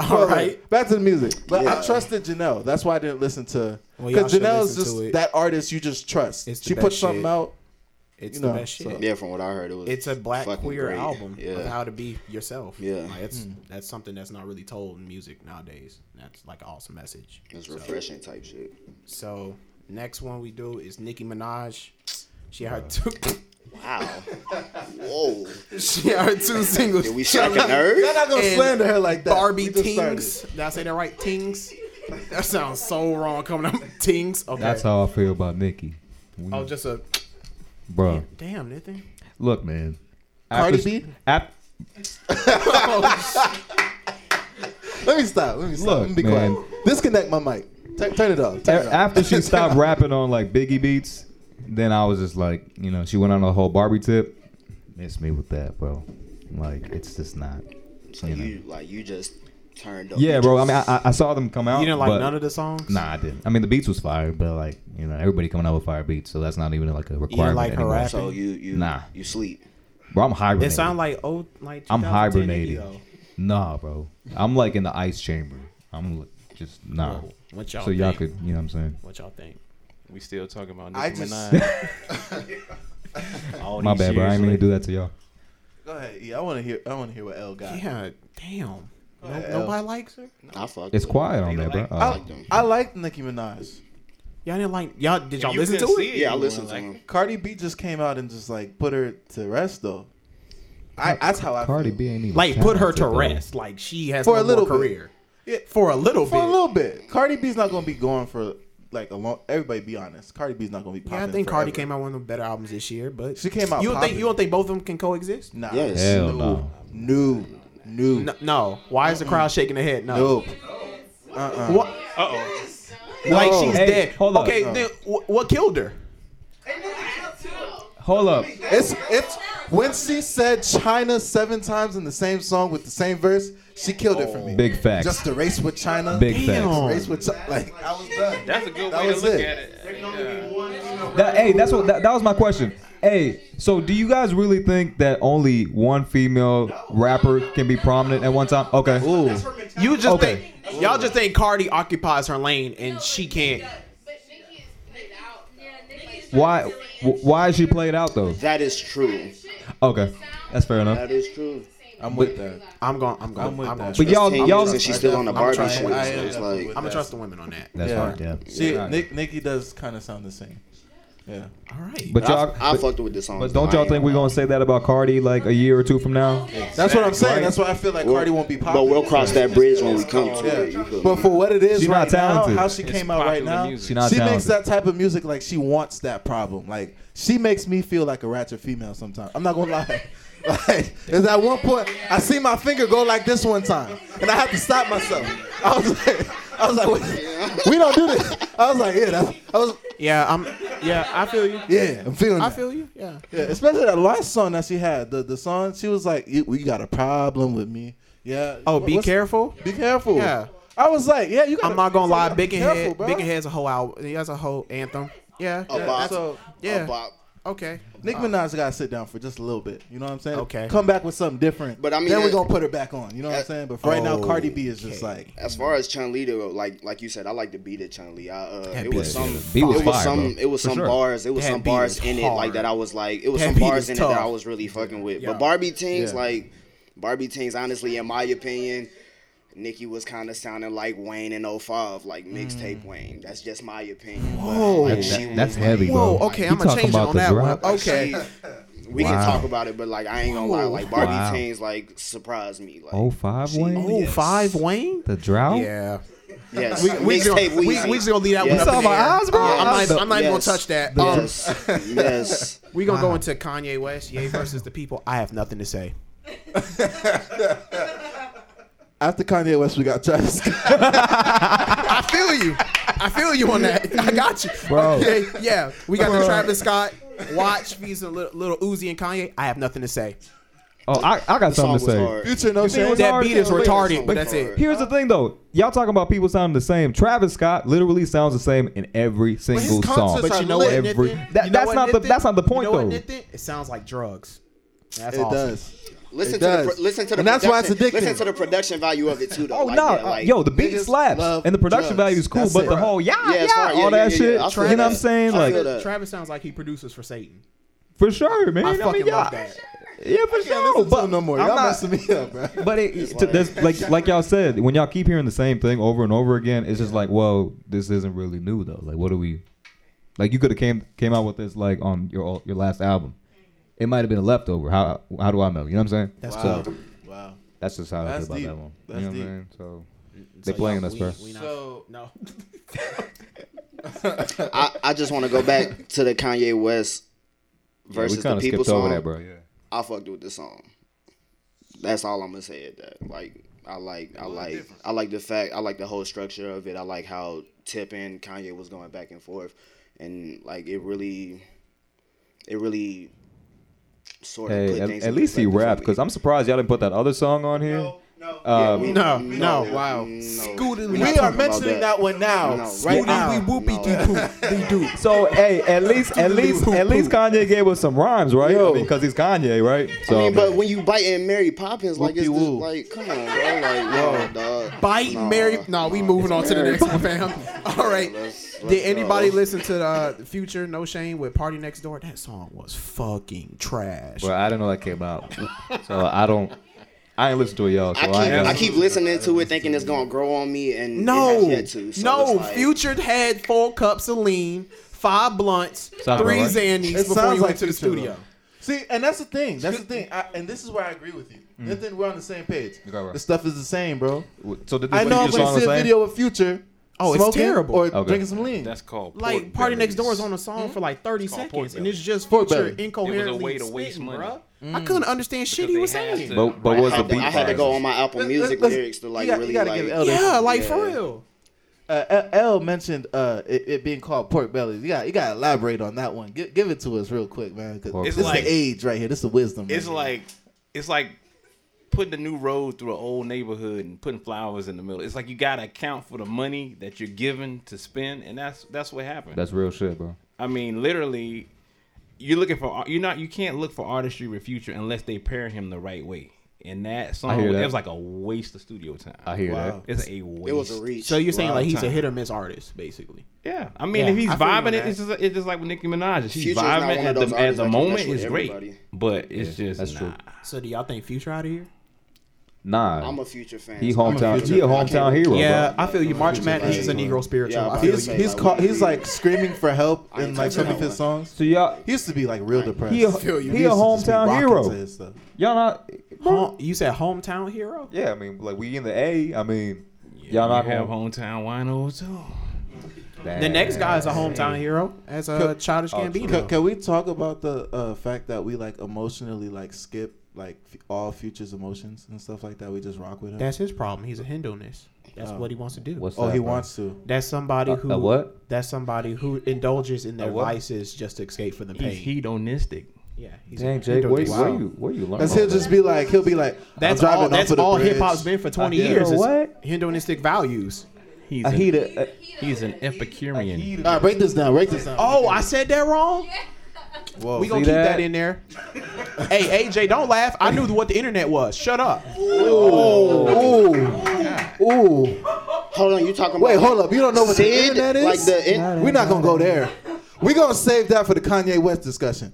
Speaker 3: All right.
Speaker 5: back to the music. But
Speaker 8: Yeah.
Speaker 5: I trusted Janelle. That's why I didn't listen to.
Speaker 3: Well, y'all
Speaker 5: Because
Speaker 3: should
Speaker 5: Janelle's
Speaker 3: listen to it.
Speaker 5: just that artist you just trust.
Speaker 3: It's the
Speaker 5: she put
Speaker 3: best
Speaker 5: something
Speaker 3: shit.
Speaker 5: out.
Speaker 3: It's
Speaker 5: You
Speaker 3: the
Speaker 5: know,
Speaker 3: best shit.
Speaker 5: so-
Speaker 8: Yeah, from what I heard, it was.
Speaker 3: It's a black
Speaker 8: fucking
Speaker 3: queer
Speaker 8: great.
Speaker 3: album of
Speaker 8: Yeah.
Speaker 3: how to be yourself.
Speaker 8: Yeah.
Speaker 3: Like, it's, that's something that's not really told in music nowadays. That's like an awesome message.
Speaker 8: It's
Speaker 3: So-
Speaker 8: refreshing type shit.
Speaker 3: So next one we do is Nicki Minaj. She had her two.
Speaker 8: Wow. [laughs] Whoa.
Speaker 3: she had her
Speaker 5: [laughs]
Speaker 3: two [laughs] singles. [laughs]
Speaker 8: Did we strike a nerve?
Speaker 5: You're not gonna
Speaker 3: And
Speaker 5: slander her like that.
Speaker 3: Barbie
Speaker 5: We just started.
Speaker 3: Tings. Did I say that right? Tings. That sounds so wrong coming up. [laughs] Tings. Okay.
Speaker 4: That's how I feel about Nikki,
Speaker 3: Oh, just a
Speaker 4: bro.
Speaker 3: damn Nathan.
Speaker 4: Look, man.
Speaker 5: Cardi
Speaker 4: After-
Speaker 5: B?
Speaker 4: ap-
Speaker 5: Let me stop. Let me stop.
Speaker 4: Look,
Speaker 5: Let me be
Speaker 4: man.
Speaker 5: quiet. Disconnect my mic. T- turn it off.
Speaker 4: a-
Speaker 5: Turn it off.
Speaker 4: after
Speaker 5: [laughs]
Speaker 4: she stopped rapping on like Biggie beats, then I was just like, you know, she went on a whole Barbie tip. Miss me with that, bro. Like it's just not.
Speaker 8: So
Speaker 4: You know.
Speaker 8: you like you just turned up.
Speaker 4: Yeah,
Speaker 8: You
Speaker 4: bro. I
Speaker 8: just-
Speaker 4: mean, I, I- I saw them come out.
Speaker 3: You didn't like
Speaker 4: but-
Speaker 3: none of the songs.
Speaker 4: Nah, I didn't. I mean, the beats was fire, but like you know, everybody coming out with fire beats, so that's not even like a requirement
Speaker 3: like her
Speaker 4: anymore.
Speaker 3: rap?
Speaker 8: So you you
Speaker 4: Nah.
Speaker 8: you sleep.
Speaker 4: Bro, I'm
Speaker 3: It
Speaker 4: hibernating.
Speaker 3: sound like oh like
Speaker 4: I'm
Speaker 3: 2010 Nicki,
Speaker 4: hibernating.
Speaker 3: though.
Speaker 4: Nah, bro. I'm like in the ice chamber. I'm li- just nah.
Speaker 3: Whoa. What y'all?
Speaker 4: So y'all
Speaker 3: think?
Speaker 4: could, you know, what I'm saying.
Speaker 3: What y'all think?
Speaker 6: We still talking about
Speaker 5: I
Speaker 6: Nicki
Speaker 5: just-
Speaker 6: Minaj. All
Speaker 4: My
Speaker 6: these
Speaker 4: bad, bro. I
Speaker 6: years
Speaker 4: ain't mean to
Speaker 6: later.
Speaker 5: E.
Speaker 4: do that to y'all.
Speaker 5: Go ahead. Yeah, I want to hear. I want to hear what L got.
Speaker 3: Yeah, damn.
Speaker 6: No- nobody likes her.
Speaker 8: I fuck.
Speaker 4: It's
Speaker 8: with
Speaker 4: quiet
Speaker 8: it.
Speaker 4: on
Speaker 6: They
Speaker 4: there, bro.
Speaker 6: like-
Speaker 8: I
Speaker 4: Uh,
Speaker 8: like them.
Speaker 7: I like Nicki Minaj.
Speaker 3: Y'all didn't like y'all. Did y'all
Speaker 6: You
Speaker 3: listen to
Speaker 6: couldn't see
Speaker 3: it?
Speaker 8: Yeah, I
Speaker 6: you
Speaker 8: listen to
Speaker 6: weren't
Speaker 8: him.
Speaker 6: like-
Speaker 7: Cardi B just came out and just like put her to rest though. I that's how I
Speaker 4: Cardi
Speaker 7: feel.
Speaker 4: B ain't even
Speaker 3: Like put her
Speaker 4: talented,
Speaker 3: to
Speaker 4: though.
Speaker 3: rest. Like she has
Speaker 7: For a
Speaker 3: no
Speaker 7: little
Speaker 3: more
Speaker 7: bit.
Speaker 3: career.
Speaker 7: Yeah,
Speaker 3: For a little
Speaker 7: for
Speaker 3: bit.
Speaker 7: a little bit. Cardi B's not gonna be going for like a long. Everybody be honest. Cardi B's not gonna be.
Speaker 3: yeah, I
Speaker 7: popping
Speaker 3: think Cardi
Speaker 7: forever.
Speaker 3: came out with one of the better albums this year, but
Speaker 7: She came out
Speaker 3: You don't think
Speaker 7: popping.
Speaker 3: you don't think both of them can coexist?
Speaker 7: Nah.
Speaker 8: Yes.
Speaker 4: Hell
Speaker 7: No.
Speaker 4: no.
Speaker 7: No. No.
Speaker 3: No. no. Why is the crowd shaking their head? No.
Speaker 7: Nope. Uh-uh.
Speaker 3: What?
Speaker 6: Uh-oh.
Speaker 3: Like she's
Speaker 4: Hey,
Speaker 3: dead.
Speaker 4: hold up.
Speaker 3: okay,
Speaker 4: No.
Speaker 3: then wh- what killed her?
Speaker 4: Hold up.
Speaker 7: It's it's when she said China seven times in the same song with the same verse, she killed it for me.
Speaker 4: Big facts.
Speaker 7: Just the race with China.
Speaker 4: Big
Speaker 3: Damn.
Speaker 4: facts.
Speaker 7: race with China. Like I was done.
Speaker 6: That's a good
Speaker 7: That
Speaker 6: way to
Speaker 7: was
Speaker 6: look
Speaker 7: it.
Speaker 6: at it. Yeah.
Speaker 4: That, hey, that's what that, that was my question. Hey, so do you guys really think that only one female rapper can be prominent at one time? Okay.
Speaker 7: Ooh.
Speaker 3: You just
Speaker 4: Okay.
Speaker 3: think y'all just think Cardi occupies her lane and she can't.
Speaker 4: Why wh- why is she played out though?
Speaker 8: That is true.
Speaker 4: Okay. That's fair enough.
Speaker 8: That is true.
Speaker 7: I'm with that.
Speaker 3: I'm going. I'm going.
Speaker 7: I'm
Speaker 3: I'm,
Speaker 7: with
Speaker 3: going.
Speaker 7: that.
Speaker 3: But
Speaker 4: But y'all
Speaker 8: Ten
Speaker 4: y'all
Speaker 8: years and she's still on the
Speaker 7: I'm
Speaker 8: Barbie
Speaker 7: trying- I
Speaker 8: shit. so
Speaker 7: am
Speaker 8: it's
Speaker 7: definitely
Speaker 8: like
Speaker 7: with
Speaker 3: I'm gonna
Speaker 7: that.
Speaker 3: trust the women on that.
Speaker 4: That's
Speaker 7: Yeah.
Speaker 4: hard. Yeah.
Speaker 7: She,
Speaker 4: Alright.
Speaker 7: Nick, Nicki does kind of sound the same. Yeah.
Speaker 3: All right.
Speaker 4: But y'all
Speaker 8: I, I
Speaker 4: but,
Speaker 8: fucked with the song.
Speaker 4: but don't y'all think we're going to say that about Cardi like a year or two from now?
Speaker 7: That's what I'm saying. That's why I feel like Cardi won't be popular.
Speaker 8: But we'll cross that bridge when we come to it.
Speaker 7: Yeah.
Speaker 8: you feel
Speaker 7: But
Speaker 8: me?
Speaker 7: for what it is
Speaker 4: She not
Speaker 7: right now,
Speaker 4: talented.
Speaker 7: how she
Speaker 6: It's
Speaker 7: came out right
Speaker 6: popular
Speaker 7: now,
Speaker 6: music.
Speaker 4: She not
Speaker 7: she makes
Speaker 4: talented.
Speaker 7: that type of music like she wants that problem. Like she makes me feel like a ratchet female sometimes. I'm not gonna lie. [laughs] Like, there's at one point I see my finger go like this one time, and I had to stop myself. I was [laughs] like, I was like, "Wait, we don't do this. I was like, yeah, that's, I was,
Speaker 3: yeah, I'm. Yeah, I feel you.
Speaker 7: yeah, I'm feeling.
Speaker 3: I
Speaker 7: that.
Speaker 3: feel you. Yeah.
Speaker 7: Yeah, especially that last song that she had, the the song she was like, "You- "We got a problem with me." Yeah.
Speaker 3: Oh,
Speaker 7: What-
Speaker 3: be
Speaker 7: what's-
Speaker 3: careful.
Speaker 7: Be careful.
Speaker 3: Yeah.
Speaker 7: I was like, yeah, you. Gotta,
Speaker 3: I'm not gonna lie.
Speaker 7: be
Speaker 3: Big and
Speaker 7: careful,
Speaker 3: head.
Speaker 7: bro.
Speaker 3: Big and head's a whole album. He has a whole anthem. Yeah.
Speaker 8: A
Speaker 3: yeah,
Speaker 8: bop.
Speaker 3: that's-
Speaker 7: So
Speaker 8: A
Speaker 3: Yeah.
Speaker 8: bop.
Speaker 3: Okay.
Speaker 7: Nick Minaj got to sit down for just a little bit. You know what I'm saying?
Speaker 3: Okay.
Speaker 7: Come back with something different.
Speaker 8: But I mean,
Speaker 7: then we're
Speaker 8: it-
Speaker 7: gonna put her back on. You know what I'm
Speaker 8: it-
Speaker 7: saying? But for right now,
Speaker 3: Oh,
Speaker 7: Cardi B is just like,
Speaker 8: As far as Chun Li though, like like you said, I like the beat of Chun Li. I, uh, it
Speaker 3: beat
Speaker 8: was
Speaker 3: is-
Speaker 8: some,
Speaker 4: beat was
Speaker 8: it was
Speaker 4: fire,
Speaker 8: some,
Speaker 4: bro.
Speaker 8: it was
Speaker 4: For
Speaker 8: some
Speaker 4: sure.
Speaker 8: bars, it was
Speaker 3: That
Speaker 8: some
Speaker 3: beat
Speaker 8: bars
Speaker 3: is
Speaker 8: in it
Speaker 3: hard.
Speaker 8: like that. I was like, it was
Speaker 3: That
Speaker 8: some
Speaker 3: beat
Speaker 8: bars
Speaker 3: is
Speaker 8: in it
Speaker 3: tough.
Speaker 8: that I was really fucking with.
Speaker 3: Yeah.
Speaker 8: But Barbie Tings,
Speaker 7: Yeah.
Speaker 8: like Barbie Tings, honestly, in my opinion, Nicki was kind of sounding like Wayne in 05, like mixtape Wayne. That's just my opinion. Whoa,
Speaker 4: That- that- Mm. that's heavy, bro.
Speaker 3: Whoa. Okay.
Speaker 4: He
Speaker 3: I'm gonna
Speaker 4: talking
Speaker 3: change it
Speaker 4: about
Speaker 3: on
Speaker 4: the
Speaker 3: that
Speaker 4: drop.
Speaker 3: one. Okay.
Speaker 8: [laughs] we can
Speaker 4: Wow.
Speaker 8: talk about it, but like I ain't gonna lie, like Barbie
Speaker 4: Wow.
Speaker 8: Tings, like surprised me. Like,
Speaker 4: Oh, five
Speaker 8: She-
Speaker 4: Wayne?
Speaker 3: Oh, five Wayne.
Speaker 4: The drought?
Speaker 3: Yeah.
Speaker 8: yes,
Speaker 3: We we just
Speaker 8: mixtape
Speaker 3: gonna, we, we
Speaker 8: Weezy.
Speaker 3: just gonna leave that
Speaker 8: Yes.
Speaker 3: one up in the
Speaker 4: Talking
Speaker 3: air.
Speaker 4: about Osbourne?
Speaker 3: Uh, I'm not,
Speaker 8: Yes.
Speaker 3: I'm not even gonna
Speaker 8: Yes.
Speaker 3: touch that.
Speaker 8: The-
Speaker 3: Um,
Speaker 8: yes, [laughs] yes.
Speaker 3: we gonna go into Kanye West, Ye versus the people. I have nothing to say.
Speaker 7: after Kanye West, we got Travis. Scott.
Speaker 3: I feel you. I feel you on that. I got you.
Speaker 4: Bro.
Speaker 3: Okay, yeah. We got the
Speaker 4: Bro.
Speaker 3: Travis Scott watch fees and little, little Uzi and Kanye. I have nothing to say.
Speaker 4: Oh, I, I got
Speaker 8: The song
Speaker 4: something to
Speaker 8: was
Speaker 4: say.
Speaker 8: hard.
Speaker 7: Future, no
Speaker 4: think it
Speaker 7: shame.
Speaker 4: was
Speaker 3: That
Speaker 4: hard
Speaker 3: beat is
Speaker 4: to relate.
Speaker 3: retarded, but that's it.
Speaker 4: Here's the thing though. Y'all talking about people sounding the same. Travis Scott literally sounds the same in every single song.
Speaker 7: concerts
Speaker 3: But
Speaker 7: are
Speaker 3: you know what,
Speaker 4: Every-
Speaker 3: Nathan?
Speaker 4: That-
Speaker 3: You know
Speaker 4: that's
Speaker 3: what,
Speaker 4: not the-
Speaker 3: Nathan?
Speaker 4: that's not the point,
Speaker 3: you know What,
Speaker 4: though.
Speaker 3: Nathan? It sounds like drugs. That's
Speaker 7: It
Speaker 3: all.
Speaker 7: does.
Speaker 8: Listen
Speaker 7: It
Speaker 8: to the
Speaker 7: does.
Speaker 8: pro- listen to the
Speaker 7: And that's why it's
Speaker 8: production-
Speaker 7: addictive.
Speaker 8: Listen to the production value of it too. Though.
Speaker 4: Oh
Speaker 8: like,
Speaker 4: no,
Speaker 8: yeah, like,
Speaker 4: yo, the beat
Speaker 7: niggas
Speaker 4: slaps
Speaker 7: love
Speaker 4: and the
Speaker 7: drugs.
Speaker 4: production value is cool,
Speaker 7: That's
Speaker 4: but
Speaker 7: it.
Speaker 4: the whole yeah,
Speaker 8: Yeah,
Speaker 4: yeah,
Speaker 8: it's hard. Yeah,
Speaker 4: all
Speaker 8: yeah,
Speaker 4: that
Speaker 8: yeah,
Speaker 4: shit.
Speaker 8: yeah. I feel
Speaker 4: You know what I'm
Speaker 8: that.
Speaker 4: saying?
Speaker 8: I feel
Speaker 4: Like
Speaker 8: that.
Speaker 3: Travis sounds like he produces for Satan.
Speaker 4: for sure, man.
Speaker 3: I
Speaker 4: mean,
Speaker 3: fucking love
Speaker 4: yeah.
Speaker 3: that.
Speaker 4: Yeah, for
Speaker 7: Can't
Speaker 4: sure.
Speaker 7: listen to
Speaker 4: But
Speaker 7: him no more.
Speaker 4: I'm
Speaker 7: Y'all
Speaker 4: not-
Speaker 7: messing me up, bro.
Speaker 4: [laughs] But it, to, that's like like y'all said, when y'all keep hearing the same thing over and over again, it's just like, whoa, this isn't really new though. Like, what do we? Like, you could have came came out with this like on your your last album. It might have been a leftover. How how do I know? You know what I'm saying? That's
Speaker 7: Wow.
Speaker 5: [laughs]
Speaker 7: Wow.
Speaker 4: that's just how
Speaker 7: That's
Speaker 4: I feel about
Speaker 7: deep.
Speaker 4: that one.
Speaker 7: That's
Speaker 4: you know
Speaker 7: deep.
Speaker 4: what I'm saying? So they playing us, bro.
Speaker 3: We not,
Speaker 7: So-
Speaker 3: no.
Speaker 8: I, I just want to go back to the Kanye West
Speaker 4: we
Speaker 8: versus
Speaker 4: kind
Speaker 8: the
Speaker 4: of
Speaker 8: people
Speaker 4: skipped
Speaker 8: song.
Speaker 4: over that, bro. Yeah.
Speaker 8: I fucked with the song. That's all I'm gonna say. At that like I like I like I like the fact I like the whole structure of it. I like how Tip and Kanye was going back and forth, and like it really, it really sort of
Speaker 4: Hey,
Speaker 8: put
Speaker 4: at,
Speaker 8: things
Speaker 4: at
Speaker 8: in
Speaker 4: least he
Speaker 8: perspective for
Speaker 4: rapped
Speaker 8: me.
Speaker 4: because I'm surprised y'all didn't put that other song on here.
Speaker 9: no.
Speaker 4: Um,
Speaker 8: we-
Speaker 3: No, no,
Speaker 7: wow.
Speaker 8: no.
Speaker 3: Scooted-
Speaker 8: We're
Speaker 7: We
Speaker 8: not
Speaker 7: are
Speaker 8: talking about
Speaker 7: mentioning that one now,
Speaker 8: No,
Speaker 7: right
Speaker 8: we-
Speaker 7: now.
Speaker 3: We whoopie dee doo. We do.
Speaker 4: So hey, at least at least at least Kanye gave us some rhymes, right? Because he's Kanye, right? So
Speaker 8: I mean, but when you biting Mary Poppins, like it's just,
Speaker 7: Whoop-de-woo.
Speaker 8: like, come on, bro, like, yo, dog.
Speaker 3: Bite
Speaker 8: Nah,
Speaker 3: Mary. No, we moving on to the next one, fam. All right.
Speaker 8: let's- let's
Speaker 3: Did anybody
Speaker 8: go.
Speaker 3: listen to uh, Future No Shame with Party Next Door? That song was fucking trash.
Speaker 4: Well, I didn't know that came out, so I don't. I ain't listen to it, y'all. So
Speaker 8: I
Speaker 4: I,
Speaker 8: keep,
Speaker 4: ain't
Speaker 8: I
Speaker 4: got-
Speaker 8: keep listening to it, thinking it's gonna grow on me, and it
Speaker 3: No,
Speaker 8: has yet to. So
Speaker 3: no.
Speaker 8: it's like,
Speaker 3: Future had four cups of lean, five blunts,
Speaker 4: Sounds
Speaker 3: three
Speaker 4: about right.
Speaker 3: Xannies
Speaker 5: It
Speaker 3: before
Speaker 5: sounds
Speaker 3: you went
Speaker 5: like
Speaker 3: to the
Speaker 5: Future,
Speaker 3: studio.
Speaker 5: See, and that's the thing. That's the thing. I, and this is where I agree with you.
Speaker 4: Mm.
Speaker 5: The thing we're on the same page.
Speaker 4: got it right.
Speaker 5: The stuff is the same, bro.
Speaker 4: So did this
Speaker 5: I know I'm
Speaker 4: feature song
Speaker 5: gonna see a
Speaker 4: the same?
Speaker 5: video of Future.
Speaker 3: Oh, it's
Speaker 5: smoking
Speaker 3: terrible.
Speaker 5: Or
Speaker 4: Okay.
Speaker 5: drinking some lean.
Speaker 6: That's called
Speaker 3: Like
Speaker 6: pork
Speaker 3: Party Next
Speaker 6: bellies.
Speaker 3: Door is on a song for like thirty
Speaker 6: called
Speaker 3: seconds, and
Speaker 6: Porkbelly.
Speaker 3: it's just
Speaker 5: Porkbelly.
Speaker 3: Future
Speaker 5: It
Speaker 3: incoherently
Speaker 6: way to waste
Speaker 3: spitting,
Speaker 6: money.
Speaker 3: bruh. I couldn't understand shit he was
Speaker 6: Because they had
Speaker 3: saying.
Speaker 6: to-
Speaker 4: But but was the
Speaker 8: I had, to,
Speaker 4: beat?
Speaker 8: I had to go on my Apple
Speaker 5: Let's-
Speaker 8: Music
Speaker 5: let's-
Speaker 8: lyrics to like
Speaker 5: you got- you
Speaker 8: really
Speaker 5: gotta
Speaker 8: like.
Speaker 5: give it Elder.
Speaker 3: yeah, like for
Speaker 8: Yeah.
Speaker 3: real.
Speaker 5: Uh, L, L mentioned uh, it, it being called pork bellies. You got you got to elaborate on that one. Give, give it to us real quick, man. 'cause
Speaker 4: Pork
Speaker 5: this
Speaker 6: bellies.
Speaker 5: is the age right here. This is the wisdom.
Speaker 6: It's
Speaker 5: right
Speaker 6: like it's like putting a new road through an old neighborhood and putting flowers in the middle. It's like you gotta account for the money that you're given to spend, and that's that's what happened.
Speaker 4: That's real shit, bro.
Speaker 6: I mean, literally, you're looking for you're not you can't look for artistry with Future unless they pair him the right way. And that song,
Speaker 4: hear
Speaker 6: it
Speaker 4: that.
Speaker 6: was like a waste of studio time.
Speaker 4: I hear
Speaker 5: Wow.
Speaker 6: it's a waste.
Speaker 8: It was a reach.
Speaker 3: So you're saying like he's a
Speaker 6: time.
Speaker 3: hit or miss artist, basically.
Speaker 6: yeah. I mean,
Speaker 3: Yeah,
Speaker 6: if he's
Speaker 3: I feel you on
Speaker 6: vibing,
Speaker 3: that.
Speaker 6: it, it's just it's just like with Nicki Minaj. She's
Speaker 8: Future's not
Speaker 6: vibing
Speaker 8: one
Speaker 6: at
Speaker 8: of those
Speaker 6: the at
Speaker 8: artists
Speaker 6: the
Speaker 8: that can
Speaker 6: moment.
Speaker 8: mess with
Speaker 6: It's great,
Speaker 8: everybody.
Speaker 6: but it's just
Speaker 4: that's true.
Speaker 6: nah.
Speaker 3: So do y'all think Future out of here?
Speaker 4: Nah,
Speaker 8: I'm a Future fan.
Speaker 4: he
Speaker 8: so I'm
Speaker 4: hometown.
Speaker 8: Future
Speaker 4: he a
Speaker 8: fan. I
Speaker 4: hometown
Speaker 8: can't-
Speaker 4: hero.
Speaker 3: yeah,
Speaker 4: bro.
Speaker 3: I feel you. March Madness is a
Speaker 8: like-
Speaker 3: Negro spiritual.
Speaker 8: Yeah,
Speaker 3: I
Speaker 8: but
Speaker 3: feel
Speaker 5: He's,
Speaker 8: Say,
Speaker 3: you.
Speaker 5: he's,
Speaker 8: like,
Speaker 5: call,
Speaker 8: we
Speaker 5: he's
Speaker 8: need-
Speaker 5: like screaming for [laughs] help
Speaker 8: I ain't
Speaker 5: in like
Speaker 8: touching
Speaker 5: some
Speaker 8: that
Speaker 5: of his
Speaker 8: one.
Speaker 5: songs.
Speaker 4: So y'all,
Speaker 5: He used to be like real depressed.
Speaker 4: he a,
Speaker 1: feel you.
Speaker 4: he a
Speaker 5: used to just be
Speaker 4: hometown
Speaker 5: rocking to
Speaker 4: hero.
Speaker 5: his stuff.
Speaker 4: Y'all not.
Speaker 3: Home, you said hometown hero.
Speaker 4: Yeah, I mean, like we in the A. I mean, y'all
Speaker 6: Y'all
Speaker 4: not
Speaker 6: not have
Speaker 4: gonna-
Speaker 6: hometown oh winos too.
Speaker 3: The next guy is a hometown hero as a childish
Speaker 6: Oh,
Speaker 3: Gambino.
Speaker 5: Can, can we talk about the uh, fact that we like emotionally like skip like f- all futures emotions and stuff like that? We just rock with him.
Speaker 3: That's his problem. He's a Hindunist. That's what he wants to do.
Speaker 4: What's
Speaker 5: oh,
Speaker 4: that,
Speaker 5: he
Speaker 4: bro?
Speaker 5: wants to.
Speaker 3: that's somebody
Speaker 4: A-
Speaker 3: who
Speaker 4: a what?
Speaker 3: That's somebody who indulges in their
Speaker 4: what?
Speaker 3: vices just to escape from the pain.
Speaker 6: He's hedonistic.
Speaker 3: yeah, he's a
Speaker 4: Dang, Jake, where,
Speaker 3: hedonist.
Speaker 4: where you where you learn?
Speaker 5: That's
Speaker 4: all
Speaker 5: he'll
Speaker 4: that?
Speaker 5: just be like he'll be like
Speaker 3: That's
Speaker 5: I'm driving
Speaker 3: all.
Speaker 5: off
Speaker 3: That's
Speaker 5: of the
Speaker 3: all
Speaker 5: bridge.
Speaker 3: hip hop's been for twenty
Speaker 5: Yeah.
Speaker 3: years. is
Speaker 4: What?
Speaker 3: hedonistic values.
Speaker 6: He's
Speaker 4: I
Speaker 6: an-
Speaker 4: heat it. uh,
Speaker 6: he's an Epicurean.
Speaker 5: All right, break this down. Break this down.
Speaker 3: Oh, I said that wrong.
Speaker 5: Whoa.
Speaker 3: We gonna
Speaker 4: See
Speaker 3: keep that?
Speaker 4: that?
Speaker 3: in there. hey, AJ, don't laugh. I knew what the internet was. Shut up.
Speaker 5: Ooh.
Speaker 8: Hold on, you talking
Speaker 5: Wait,
Speaker 8: about?
Speaker 5: hold up. You don't know what the
Speaker 8: Sid,
Speaker 5: internet is?
Speaker 8: like the in-
Speaker 5: We're not gonna go there. We're gonna save that for the Kanye West discussion.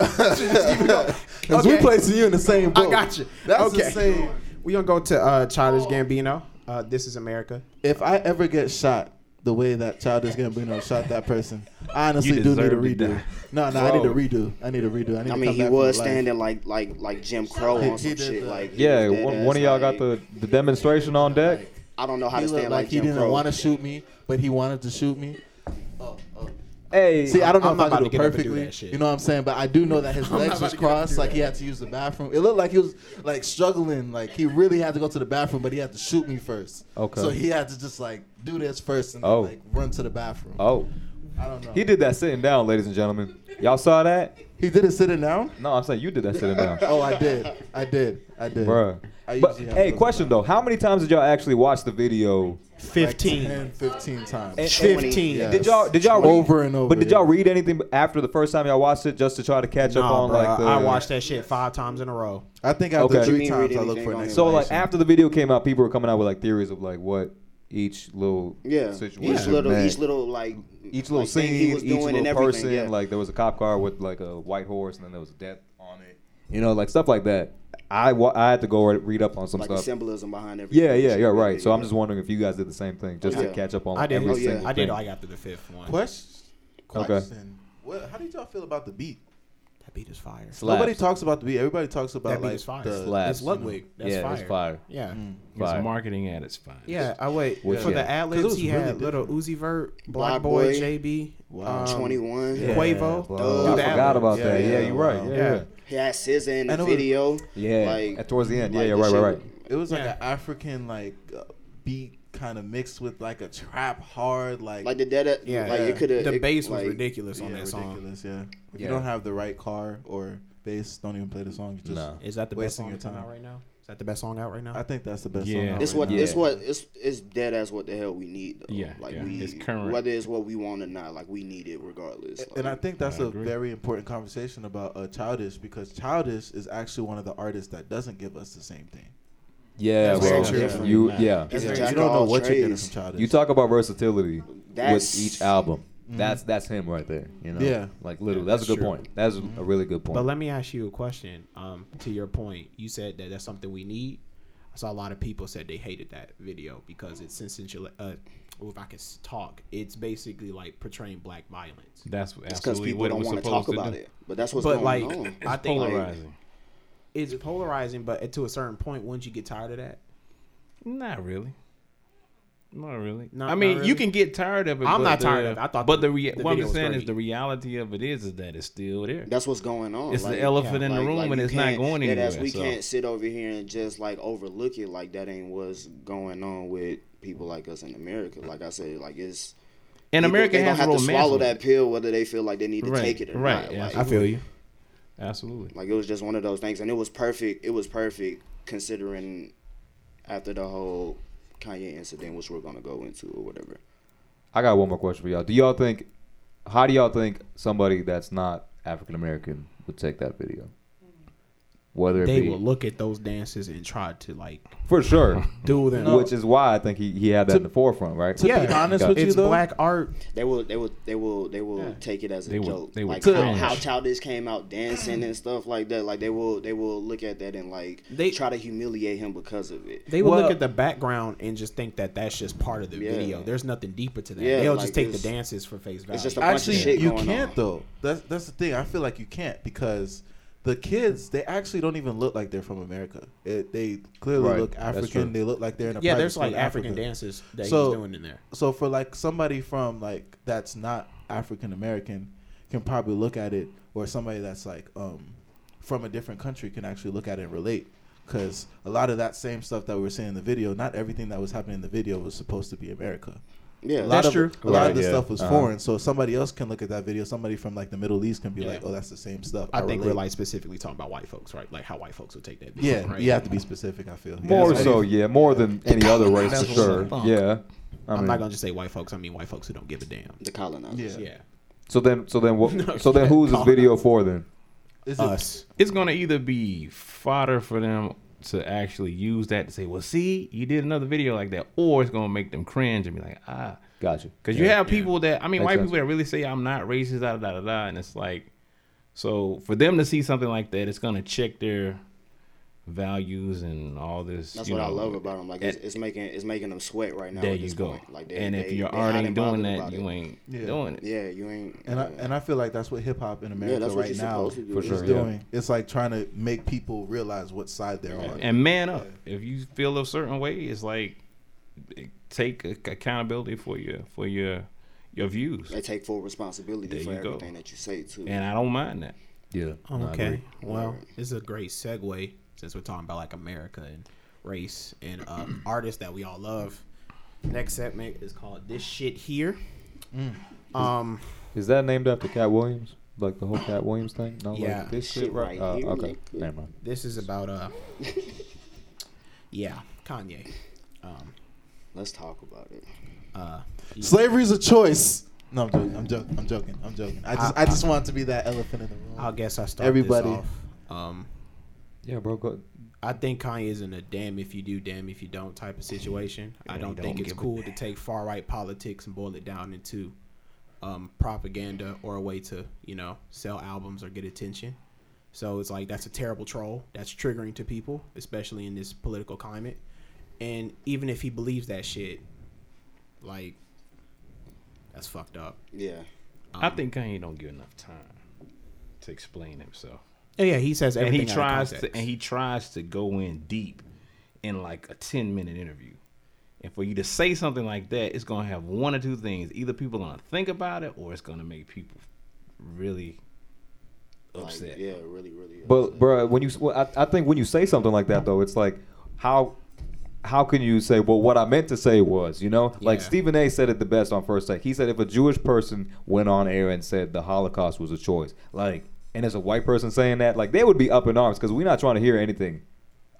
Speaker 5: [laughs] Because we
Speaker 3: Okay.
Speaker 5: placing you in the same boat.
Speaker 3: I got you.
Speaker 5: That's
Speaker 3: okay.
Speaker 5: the same.
Speaker 3: We gonna go to uh, Childish Gambino. Uh, this is America.
Speaker 5: If I ever get shot the way that Childish Gambino shot that person, I honestly
Speaker 6: You
Speaker 5: do need a
Speaker 6: deserve to
Speaker 5: redo.
Speaker 6: die.
Speaker 5: No, no, I need a redo. I need a redo. I need
Speaker 8: I
Speaker 5: to
Speaker 8: mean,
Speaker 5: come
Speaker 8: he
Speaker 5: back
Speaker 8: was
Speaker 5: from the life.
Speaker 8: standing like like like Jim Crow
Speaker 5: He-
Speaker 8: on
Speaker 5: he
Speaker 8: some
Speaker 5: did
Speaker 8: shit.
Speaker 5: that.
Speaker 8: Like he
Speaker 4: yeah,
Speaker 8: was dead
Speaker 4: one, one of
Speaker 8: ass,
Speaker 4: y'all got
Speaker 8: like,
Speaker 4: the the demonstration on deck.
Speaker 8: I don't know how
Speaker 5: He
Speaker 8: to
Speaker 5: looked
Speaker 8: stand
Speaker 5: like
Speaker 8: like
Speaker 5: he
Speaker 8: Jim
Speaker 5: didn't
Speaker 8: Crow.
Speaker 5: want to shoot me, but he wanted to shoot me.
Speaker 4: Hey,
Speaker 5: See, I don't know
Speaker 3: I'm
Speaker 5: if
Speaker 3: not
Speaker 5: I
Speaker 3: about to
Speaker 5: could do it
Speaker 3: get up and do
Speaker 5: perfectly.
Speaker 3: that shit.
Speaker 5: You know what I'm saying? But I do know that his legs was crossed, like he had to use the bathroom. It looked like he was like struggling, like he really had to go to the bathroom, but he had to shoot me first.
Speaker 4: Okay.
Speaker 5: So he had to just like do this first and then,
Speaker 4: Oh.
Speaker 5: like run to the bathroom.
Speaker 4: oh,
Speaker 5: I don't know.
Speaker 4: he did that sitting down, ladies and gentlemen. Y'all saw that?
Speaker 5: He did it sitting down.
Speaker 4: No, I'm saying you did that sitting
Speaker 5: [laughs]
Speaker 4: down,
Speaker 5: Oh, I did. I did. I did.
Speaker 4: Bruh.
Speaker 5: I
Speaker 4: But
Speaker 5: usually have
Speaker 4: hey,
Speaker 5: those
Speaker 4: question though, how many times did y'all actually watch the video?
Speaker 5: Like
Speaker 3: Fifteen.
Speaker 5: 10, 15 times.
Speaker 4: And- and-
Speaker 3: 15.
Speaker 5: Yeah.
Speaker 4: Did y'all did y'all read,
Speaker 5: Over and over,
Speaker 4: But did y'all
Speaker 5: yeah.
Speaker 4: read anything after the first time y'all watched it just to try to catch up
Speaker 3: Nah,
Speaker 4: on
Speaker 3: bro,
Speaker 4: like uh, the?
Speaker 3: I watched that shit five times in a row.
Speaker 5: I think after
Speaker 4: Okay. You
Speaker 5: three
Speaker 8: mean
Speaker 5: times,
Speaker 8: read
Speaker 5: I look
Speaker 8: anything
Speaker 5: for an
Speaker 8: on
Speaker 5: answer.
Speaker 8: it?
Speaker 4: So like after the video came out, people were coming out with like theories of like what each little
Speaker 8: Yeah,
Speaker 4: situation
Speaker 8: each little
Speaker 4: meant.
Speaker 8: each little like
Speaker 4: each little
Speaker 8: like,
Speaker 4: scene,
Speaker 8: thing he was
Speaker 4: each
Speaker 8: doing and
Speaker 4: little
Speaker 8: everything,
Speaker 4: person.
Speaker 8: yeah.
Speaker 4: Like there was a cop car with like a white horse, and then there was death on it. You know, like stuff like that. I wa- I had to go re- read up on some
Speaker 8: like the
Speaker 4: stuff.
Speaker 8: symbolism behind everything.
Speaker 4: yeah, yeah, you're right. So I'm just wondering if you guys did the same thing, just to
Speaker 8: yeah.
Speaker 4: catch up on
Speaker 3: I did.
Speaker 4: every
Speaker 8: Oh, yeah.
Speaker 4: single
Speaker 3: I did
Speaker 4: thing.
Speaker 3: like after the fifth one.
Speaker 5: Question.
Speaker 4: Okay.
Speaker 5: Question. What, how did y'all feel about the beat?
Speaker 3: That beat is fire.
Speaker 4: Slaps.
Speaker 5: Nobody talks about the beat. Everybody talks
Speaker 3: That
Speaker 5: about
Speaker 3: beat
Speaker 5: like
Speaker 3: is fire.
Speaker 5: the
Speaker 4: Slaps,
Speaker 3: It's Ludwig. That's
Speaker 4: yeah,
Speaker 3: fire.
Speaker 4: it's fire.
Speaker 3: Yeah.
Speaker 6: His
Speaker 4: Fire.
Speaker 6: marketing at its finest.
Speaker 3: Yeah, I wait
Speaker 4: Which
Speaker 3: for
Speaker 4: yeah.
Speaker 3: the ad
Speaker 5: 'Cause it
Speaker 3: libs.
Speaker 5: was
Speaker 3: He
Speaker 5: really
Speaker 3: had little Uzi Vert, Black,
Speaker 8: Black
Speaker 3: Boy,
Speaker 8: Boy.
Speaker 3: JB,
Speaker 5: Wow.
Speaker 3: um,
Speaker 8: 21.
Speaker 4: Yeah,
Speaker 3: Quavo.
Speaker 4: bro,
Speaker 8: Thug.
Speaker 4: I
Speaker 3: Do the
Speaker 4: forgot
Speaker 3: album.
Speaker 4: about
Speaker 5: Yeah,
Speaker 4: that. Yeah,
Speaker 5: yeah,
Speaker 4: you're
Speaker 5: wow.
Speaker 4: right. Yeah,
Speaker 3: Yeah.
Speaker 4: yeah.
Speaker 8: He had SZA in the
Speaker 5: And it was-
Speaker 8: video.
Speaker 4: Yeah,
Speaker 8: like
Speaker 4: at towards the end. Yeah,
Speaker 8: like
Speaker 4: yeah,
Speaker 8: the
Speaker 4: right, right, right.
Speaker 8: shit-
Speaker 5: It was like
Speaker 3: Yeah.
Speaker 5: an African like uh, beat kind of mixed with like a trap hard like,
Speaker 8: Like the dead.
Speaker 3: Yeah,
Speaker 8: like
Speaker 3: yeah.
Speaker 8: it could have.
Speaker 3: the bass was
Speaker 8: like,
Speaker 3: ridiculous on
Speaker 5: yeah,
Speaker 3: that song.
Speaker 5: ridiculous. Yeah. If
Speaker 4: Yeah.
Speaker 5: you don't have the right car or bass, don't even play the song. You're just
Speaker 4: Nah.
Speaker 3: Is that the best
Speaker 5: wasting
Speaker 3: song
Speaker 5: your
Speaker 3: that's coming
Speaker 5: time.
Speaker 3: out right now? Is that the best song out right now?
Speaker 5: I think that's the best
Speaker 6: Yeah.
Speaker 5: song.
Speaker 8: It's
Speaker 5: out
Speaker 8: what
Speaker 5: right
Speaker 8: it's
Speaker 4: Yeah.
Speaker 8: what it's it's dead as what the hell we need though.
Speaker 6: Yeah,
Speaker 8: like
Speaker 6: yeah.
Speaker 8: we
Speaker 6: It's current.
Speaker 8: whether it's what we want or not, like we need it regardless.
Speaker 5: now. And I
Speaker 8: Like,
Speaker 5: think that's
Speaker 6: I
Speaker 5: a
Speaker 6: agree.
Speaker 5: very important conversation about uh, Childish because Childish is actually one of the artists that doesn't give us the same thing.
Speaker 4: Yeah,
Speaker 8: very
Speaker 4: bro.
Speaker 8: different.
Speaker 4: You yeah.
Speaker 8: He's a
Speaker 5: You
Speaker 8: jack of
Speaker 5: don't know
Speaker 8: all
Speaker 5: what you're getting
Speaker 8: trades.
Speaker 5: from Childish.
Speaker 4: You talk about versatility
Speaker 8: That's-
Speaker 4: with each album. That's that's him right there. You know.
Speaker 5: Yeah.
Speaker 4: Like literally, that's, a good
Speaker 3: true.
Speaker 4: point. That's a really good point.
Speaker 3: But let me ask you a question. Um, to your point, you said that that's something we need. I saw a lot of people said they hated that video because it's sensational. Uh, well, if I can s- talk, it's basically like portraying black violence.
Speaker 6: That's
Speaker 8: It's because
Speaker 6: absolutely
Speaker 8: people
Speaker 6: what it
Speaker 8: don't
Speaker 6: was
Speaker 8: want to
Speaker 6: supposed
Speaker 8: talk
Speaker 6: to
Speaker 8: about
Speaker 6: do.
Speaker 8: it. But that's what's
Speaker 3: But
Speaker 8: going
Speaker 3: like,
Speaker 8: on.
Speaker 3: I think like,
Speaker 6: Polarizing.
Speaker 3: it's polarizing. But to a certain point, once you get tired of that,
Speaker 6: Not really. Not really.
Speaker 3: Not-
Speaker 6: I mean,
Speaker 3: not really?
Speaker 6: you can get tired of it.
Speaker 3: I'm
Speaker 6: but
Speaker 3: not
Speaker 6: the-
Speaker 3: tired of it. I thought
Speaker 6: but
Speaker 3: the-
Speaker 6: the, rea-
Speaker 3: the
Speaker 6: what
Speaker 3: video
Speaker 6: I'm
Speaker 3: was
Speaker 6: saying is
Speaker 3: dirty.
Speaker 6: the reality of it is is that it's still there.
Speaker 8: That's what's going on.
Speaker 6: It's the
Speaker 8: Like,
Speaker 6: elephant in the
Speaker 8: like-
Speaker 6: room,
Speaker 8: like
Speaker 6: and
Speaker 8: we
Speaker 6: it's not
Speaker 8: can't-
Speaker 6: going
Speaker 8: dead
Speaker 6: anywhere.
Speaker 8: ass, we
Speaker 6: so.
Speaker 8: can't sit over here and just like overlook it. Like that ain't what's going on with people like us in America. Like I said, like it's
Speaker 6: and
Speaker 8: people-
Speaker 6: America
Speaker 8: they
Speaker 6: has
Speaker 8: gonna have to
Speaker 6: romance
Speaker 8: swallow
Speaker 6: with
Speaker 8: that
Speaker 6: it.
Speaker 8: pill whether they feel like they need to
Speaker 6: Right,
Speaker 8: take it or
Speaker 6: right,
Speaker 8: not.
Speaker 6: yeah,
Speaker 8: Like,
Speaker 6: I
Speaker 3: feel you.
Speaker 6: Absolutely.
Speaker 8: Like it was just one of those things, and it was perfect. It was perfect considering after the whole Kanye incident, which we're gonna go into or whatever.
Speaker 4: I got one more question for y'all. Do y'all think? How do y'all think somebody that's not African American would take that video? Whether it
Speaker 3: they
Speaker 4: be
Speaker 3: will look at those dances and try to like
Speaker 4: for
Speaker 5: [laughs]
Speaker 4: sure,
Speaker 3: do them.
Speaker 4: which is why I think he, he had that in the forefront, right?
Speaker 5: to be honest
Speaker 4: Got
Speaker 5: with you,
Speaker 3: it's
Speaker 5: though,
Speaker 3: black art.
Speaker 8: They will, they will, they will, they will take it as a
Speaker 6: They will-
Speaker 8: joke.
Speaker 6: they will
Speaker 8: like how,
Speaker 6: cringe.
Speaker 8: how childish came out dancing and stuff like that. Like they will, they will look at that and like
Speaker 3: They-
Speaker 8: try to humiliate him because of it.
Speaker 3: They will
Speaker 4: Well-
Speaker 3: look at the background and just think that that's just part of the
Speaker 8: Yeah.
Speaker 3: video. There's nothing deeper to that.
Speaker 8: Yeah,
Speaker 3: They'll
Speaker 8: like,
Speaker 3: just take the
Speaker 8: it's-
Speaker 3: dances for face value.
Speaker 8: It's just a bunch
Speaker 5: actually
Speaker 8: of shit
Speaker 5: you
Speaker 8: going
Speaker 5: can't
Speaker 8: on.
Speaker 5: though. That's that's the thing. I feel like you can't because the kids they actually don't even look like they're from America. It, they clearly
Speaker 4: Right.
Speaker 5: look
Speaker 4: That's true.
Speaker 5: African. They look like they're in a
Speaker 3: yeah,
Speaker 5: private
Speaker 3: there's
Speaker 5: school in
Speaker 3: like African
Speaker 5: Africa.
Speaker 3: dances that
Speaker 5: So-
Speaker 3: he's doing in there.
Speaker 5: So for like somebody from like that's not African American can probably look at it, or somebody that's like um from a different country can actually look at it and relate. Because a lot of that same stuff that we were seeing in the video, not everything that was happening in the video was supposed to be America.
Speaker 8: Yeah,
Speaker 5: A lot
Speaker 8: that's
Speaker 5: of,
Speaker 8: true.
Speaker 5: A lot
Speaker 4: Right,
Speaker 5: of the
Speaker 4: yeah.
Speaker 5: stuff was
Speaker 4: Uh-huh.
Speaker 5: foreign, so somebody else can look at that video. Somebody from like the Middle East can be
Speaker 3: Yeah.
Speaker 5: like, "Oh, that's the same stuff."
Speaker 3: I, think
Speaker 5: relate."
Speaker 3: we're like specifically talking about white folks, right? Like how white folks would take that. Video,
Speaker 5: yeah,
Speaker 8: [laughs]
Speaker 3: right?
Speaker 5: you have to be specific. I feel
Speaker 4: More
Speaker 5: That's
Speaker 4: so,
Speaker 5: what
Speaker 4: yeah, more than any other race for sure. Yeah. I
Speaker 3: I'm
Speaker 4: mean,
Speaker 3: not gonna just say white folks. I mean white folks who don't give a damn.
Speaker 8: the colonizers.
Speaker 5: Yeah.
Speaker 3: Yeah,
Speaker 4: so then, so
Speaker 5: [laughs]
Speaker 4: then, what,
Speaker 3: No,
Speaker 4: so then,
Speaker 3: yeah,
Speaker 4: who's this
Speaker 3: call
Speaker 4: video for then?
Speaker 5: it is. Is it-
Speaker 3: us.
Speaker 6: It's gonna either be fodder for them to actually use that to say, "Well, see, you did another video like that," or it's gonna make them cringe and be like, "Ah."
Speaker 4: Gotcha.
Speaker 6: Because you have people that I mean,
Speaker 4: Makes
Speaker 6: white
Speaker 4: sense.
Speaker 6: people that really say I'm not racist, da da da da, da, and it's like, so for them to see something like that, it's gonna check their values and all this.
Speaker 8: That's
Speaker 6: you
Speaker 8: what I
Speaker 6: know,
Speaker 8: love about them. Like it's, it's making it's making them sweat right now.
Speaker 6: There
Speaker 8: at
Speaker 6: you
Speaker 8: this
Speaker 6: go.
Speaker 8: Point. Like they,
Speaker 6: and if
Speaker 8: they,
Speaker 6: your
Speaker 8: they
Speaker 6: art
Speaker 8: hot
Speaker 6: ain't
Speaker 8: and
Speaker 6: doing
Speaker 8: bothered
Speaker 6: that,
Speaker 8: about
Speaker 6: you
Speaker 8: it.
Speaker 6: ain't
Speaker 5: Yeah.
Speaker 6: doing it.
Speaker 8: Yeah, you ain't.
Speaker 5: And I, and I feel like that's what hip hop in
Speaker 8: yeah,
Speaker 5: America
Speaker 8: that's what
Speaker 5: right
Speaker 8: you're
Speaker 5: now
Speaker 8: supposed to do.
Speaker 4: for
Speaker 5: is
Speaker 4: sure. Yeah.
Speaker 5: doing. It's like trying to make people realize what side they're on.
Speaker 6: And man up. If you feel a certain way, it's like take ac- accountability for your for your your views.
Speaker 8: They take full responsibility
Speaker 6: There
Speaker 8: for
Speaker 6: you go.
Speaker 8: everything that you say too.
Speaker 6: And I don't mind that.
Speaker 4: Yeah.
Speaker 3: Oh, Okay. Well, this is a great segue since we're talking about like America and race and [clears throat] um, artists that we all love. Next segment is called "This Shit Here." Um,
Speaker 4: Is that named after Cat Williams? Like the whole Cat Williams thing? No,
Speaker 3: Yeah.
Speaker 4: Like this shit right?
Speaker 8: right here,
Speaker 4: Uh, okay.
Speaker 8: nigga.
Speaker 4: Never mind.
Speaker 3: this is about uh, [laughs] yeah, Kanye. Um,
Speaker 8: Let's talk about it.
Speaker 3: uh,
Speaker 5: Slavery's a choice. No, I'm joking. I'm joking. I'm joking. I'm joking. I just, I, just want to be that elephant in the room.
Speaker 3: I guess I start
Speaker 5: Everybody.
Speaker 3: this off. Um,
Speaker 4: Yeah, bro. Go.
Speaker 3: I think Kanye is in a damn if you do, damn if you don't type of situation. I don't, think it's cool to take far right politics and boil it down into um, propaganda or a way to, you know, sell albums or get attention. So it's like that's a terrible troll. That's triggering to people, especially in this political climate. And even if he believes that shit, like, that's fucked up.
Speaker 8: Yeah,
Speaker 6: I think Kanye don't give enough time to explain himself.
Speaker 3: Yeah, yeah, he says
Speaker 6: and
Speaker 3: everything.
Speaker 6: he tries
Speaker 3: out of
Speaker 6: to and he tries to go in deep in like a 10 minute interview and for you to say something like that it's going to have one or two things either people going to think about it or it's going to make people really
Speaker 8: like,
Speaker 6: upset
Speaker 8: yeah, really, really.
Speaker 4: But, bro, when you, s- well, I, I think when you say something like that, though, it's like, how. How can you say, well, what I meant to say was, you know, like
Speaker 3: Yeah.
Speaker 4: Stephen A said it the best on first take. He said, if a Jewish person went on air and said the Holocaust was a choice, like, and as a white person saying that, like, they would be up in arms because we're not trying to hear anything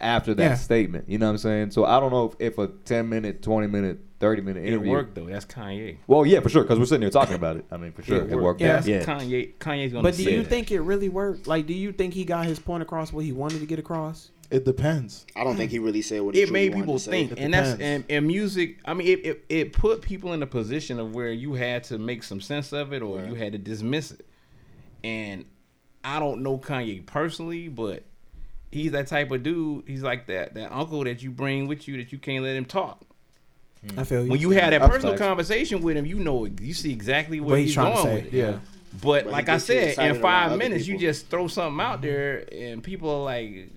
Speaker 4: after that
Speaker 3: Yeah.
Speaker 4: statement. You know what I'm saying? So I don't know if, if a 10 minute, 20 minute, 30 minute
Speaker 6: it
Speaker 4: interview
Speaker 6: worked though that's kanye
Speaker 4: Well, yeah, for sure, because we're sitting here talking about it. I mean, for sure, it worked.
Speaker 3: Yeah.
Speaker 4: Yeah,
Speaker 6: that's
Speaker 4: yeah.
Speaker 6: kanye kanye's going to
Speaker 3: But do you think it really worked? Like, do you think he got his point across what he wanted to get across?
Speaker 5: It depends.
Speaker 8: I don't think he really said what he
Speaker 6: it
Speaker 8: truly
Speaker 6: made
Speaker 8: wanted
Speaker 6: people
Speaker 8: to say.
Speaker 6: think,
Speaker 5: It
Speaker 6: and that's
Speaker 5: depends.
Speaker 6: and, and music. I mean, it, it it put people in a position of where you had to make some sense of it, or you had to dismiss it. And I don't know Kanye personally, but he's that type of dude. He's like that that uncle that you bring with you that you can't let him talk.
Speaker 3: I feel you.
Speaker 6: When you had that
Speaker 5: That's
Speaker 6: personal
Speaker 5: facts.
Speaker 6: conversation with him, you know you see exactly where
Speaker 3: What he's
Speaker 6: he's,
Speaker 3: trying
Speaker 6: going
Speaker 3: to say,
Speaker 6: with it.
Speaker 3: yeah.
Speaker 6: But,
Speaker 8: But he
Speaker 6: like I
Speaker 8: gets you
Speaker 6: said,
Speaker 8: excited
Speaker 6: in
Speaker 8: around
Speaker 6: five
Speaker 8: other
Speaker 6: minutes, you
Speaker 8: people.
Speaker 6: just throw something out there, and people are like,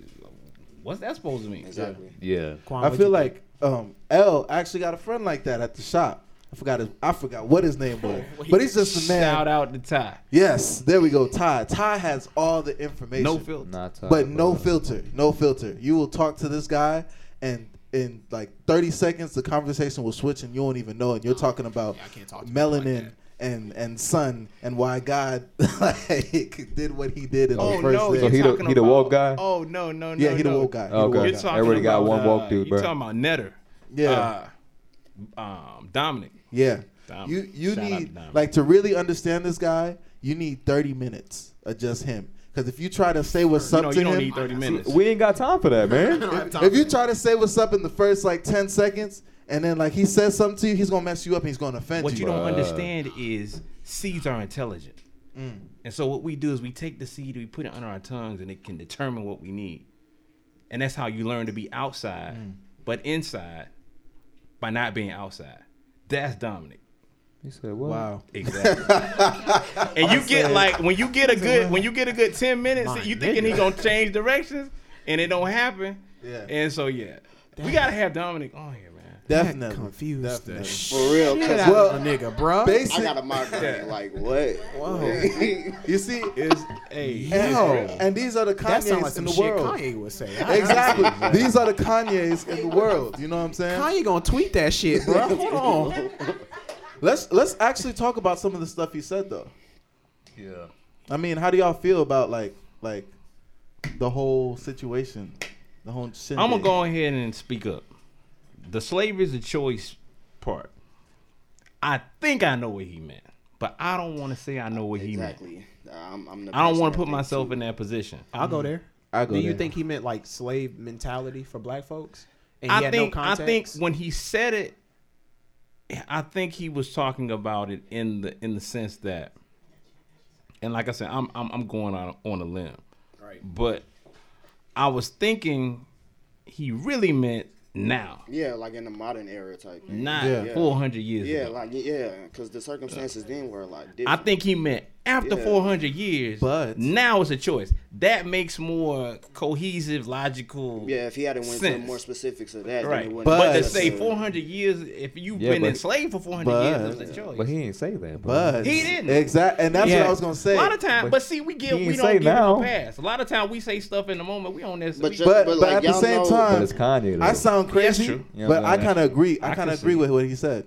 Speaker 6: "What's that supposed to mean?"
Speaker 8: Exactly.
Speaker 4: Yeah.
Speaker 3: Quan,
Speaker 5: I
Speaker 3: what'd
Speaker 5: feel
Speaker 3: you
Speaker 5: like um, L actually got a friend like that at the shop. I forgot his, I forgot what his
Speaker 8: [laughs]
Speaker 5: name was, but he's just a man.
Speaker 6: Shout out to Ty.
Speaker 5: Yes, there we go. Ty. Ty has all the information.
Speaker 6: No filter.
Speaker 4: Not tired,
Speaker 5: but no
Speaker 4: bro.
Speaker 5: filter, no filter. You will talk to this guy, and in like thirty seconds, the conversation will switch, and you won't even know. And you're talking about
Speaker 3: I can't talk to people like
Speaker 5: melanin
Speaker 3: that.
Speaker 5: and and sun, and why God [laughs] like did what He did in
Speaker 4: Oh,
Speaker 5: the
Speaker 6: Oh
Speaker 5: first
Speaker 6: no,
Speaker 5: day.
Speaker 4: So
Speaker 6: you're
Speaker 4: he the-
Speaker 6: talking
Speaker 4: he the woke
Speaker 6: about-
Speaker 4: guy?
Speaker 6: Oh no, no, no.
Speaker 5: Yeah, he the
Speaker 6: no.
Speaker 5: woke guy. He the
Speaker 4: Okay.
Speaker 5: woke
Speaker 6: You're
Speaker 5: guy.
Speaker 6: talking
Speaker 4: Everybody got
Speaker 6: about,
Speaker 4: one woke
Speaker 6: uh,
Speaker 4: dude,
Speaker 6: You
Speaker 4: bro.
Speaker 6: talking about Netter?
Speaker 5: Yeah.
Speaker 6: Uh, um, Dominic.
Speaker 5: Yeah,
Speaker 6: Dom.
Speaker 5: you you
Speaker 6: Shout out to
Speaker 5: need
Speaker 6: Dom.
Speaker 5: like to really understand this guy. You need thirty minutes of just him, because if you try to say what's
Speaker 6: You
Speaker 5: up
Speaker 6: know,
Speaker 5: to
Speaker 6: you don't
Speaker 5: him,
Speaker 6: need 30 minutes.
Speaker 4: We ain't got time for that,
Speaker 5: [laughs]
Speaker 4: man.
Speaker 5: if you try to say what's up in the first like ten seconds, and then like he says something to you, he's gonna mess you up and he's gonna offend
Speaker 6: what you
Speaker 5: you.
Speaker 6: don't understand is seeds are intelligent.
Speaker 5: Mm.
Speaker 6: And so what we do is we take the seed, we put it under our tongues, and it can determine what we need. And that's how you learn to be outside,
Speaker 5: Mm.
Speaker 6: but inside by not being outside. That's Dominic.
Speaker 4: He said, "What?"
Speaker 5: Wow. [laughs]
Speaker 6: Exactly. and you get like when you get a good when you get a good ten minutes,
Speaker 3: My
Speaker 6: you thinking he gonna change directions, and it don't happen.
Speaker 5: Yeah.
Speaker 6: And so yeah, we gotta have Dominic on here, man.
Speaker 5: Definitely
Speaker 3: confused the
Speaker 5: Definitely.
Speaker 3: shit
Speaker 8: For real,
Speaker 3: out
Speaker 8: because
Speaker 5: Well,
Speaker 3: of a nigga, bro.
Speaker 8: I
Speaker 5: Basic.
Speaker 8: got a migraine. Like what? [laughs]
Speaker 5: You see,
Speaker 6: It's hey,
Speaker 5: hell, and these are the
Speaker 3: That
Speaker 5: Kanyes
Speaker 3: sounds like
Speaker 5: in
Speaker 3: some
Speaker 5: the
Speaker 3: shit
Speaker 5: world.
Speaker 3: Kanye would say.
Speaker 5: Exactly. these are the Kanyes in the world. You know what I'm saying?
Speaker 3: [laughs] Kanye gonna tweet that shit, bro. Hold on.
Speaker 5: Let's let's actually talk about some of the stuff he said though.
Speaker 4: Yeah.
Speaker 5: I mean, how do y'all feel about like like the whole situation, the whole shit?
Speaker 6: I'm gonna go ahead and speak up. The slavery is a choice part. I think I know what he meant, but I don't want to say I know what he meant.
Speaker 8: Exactly. I'm, I'm the
Speaker 6: I don't
Speaker 8: person
Speaker 6: want to
Speaker 8: that
Speaker 6: put
Speaker 8: thinks
Speaker 6: myself
Speaker 8: too.
Speaker 6: in that position.
Speaker 3: I'll go there.
Speaker 5: I go
Speaker 3: Do you
Speaker 5: there.
Speaker 3: think he meant like slave mentality for black folks? And
Speaker 6: I think I think when he said it, I think he was talking about it in the in the sense that, and like I said, I'm I'm, I'm going on on a limb, right? But I was thinking he really meant now,
Speaker 8: Yeah, like in the modern era type. Thing.
Speaker 6: not
Speaker 5: Yeah.
Speaker 6: 400 years
Speaker 8: Yeah,
Speaker 6: ago.
Speaker 8: like yeah, because the circumstances then were a lot different.
Speaker 6: I think he meant after
Speaker 8: Yeah.
Speaker 6: 400 years,
Speaker 5: But-
Speaker 6: now it's a choice that makes more cohesive, logical.
Speaker 8: Yeah, if he hadn't went into
Speaker 6: Sense.
Speaker 8: more specifics of that,
Speaker 6: Right,
Speaker 8: then it
Speaker 6: but,
Speaker 8: wouldn't
Speaker 6: to
Speaker 5: But-
Speaker 6: say 400 years, if you've
Speaker 4: Yeah,
Speaker 6: been
Speaker 4: but-
Speaker 6: enslaved for 400 years,
Speaker 5: but-
Speaker 6: it's a choice.
Speaker 4: But he ain't say that, bro.
Speaker 5: But
Speaker 6: He didn't.
Speaker 5: exactly, and that's what
Speaker 3: Yeah.
Speaker 5: I was gonna say.
Speaker 6: a lot of times, but,
Speaker 4: But
Speaker 6: see, we
Speaker 4: he
Speaker 6: give we
Speaker 4: ain't
Speaker 6: don't
Speaker 4: say
Speaker 6: give
Speaker 4: now.
Speaker 6: it a pass. A lot of times we say stuff in the moment we don't necessarily.
Speaker 8: But just-
Speaker 5: but,
Speaker 8: But,
Speaker 5: but
Speaker 8: like,
Speaker 5: at the
Speaker 8: y'all
Speaker 5: same
Speaker 8: know-
Speaker 5: time,
Speaker 4: But it's Kanye. Though.
Speaker 5: I sound
Speaker 6: That's
Speaker 5: crazy,
Speaker 6: true.
Speaker 4: Yeah,
Speaker 5: but
Speaker 4: but-
Speaker 5: I kind of agree. I
Speaker 6: I
Speaker 5: kind
Speaker 6: can
Speaker 5: of agree
Speaker 6: see.
Speaker 5: with what he said.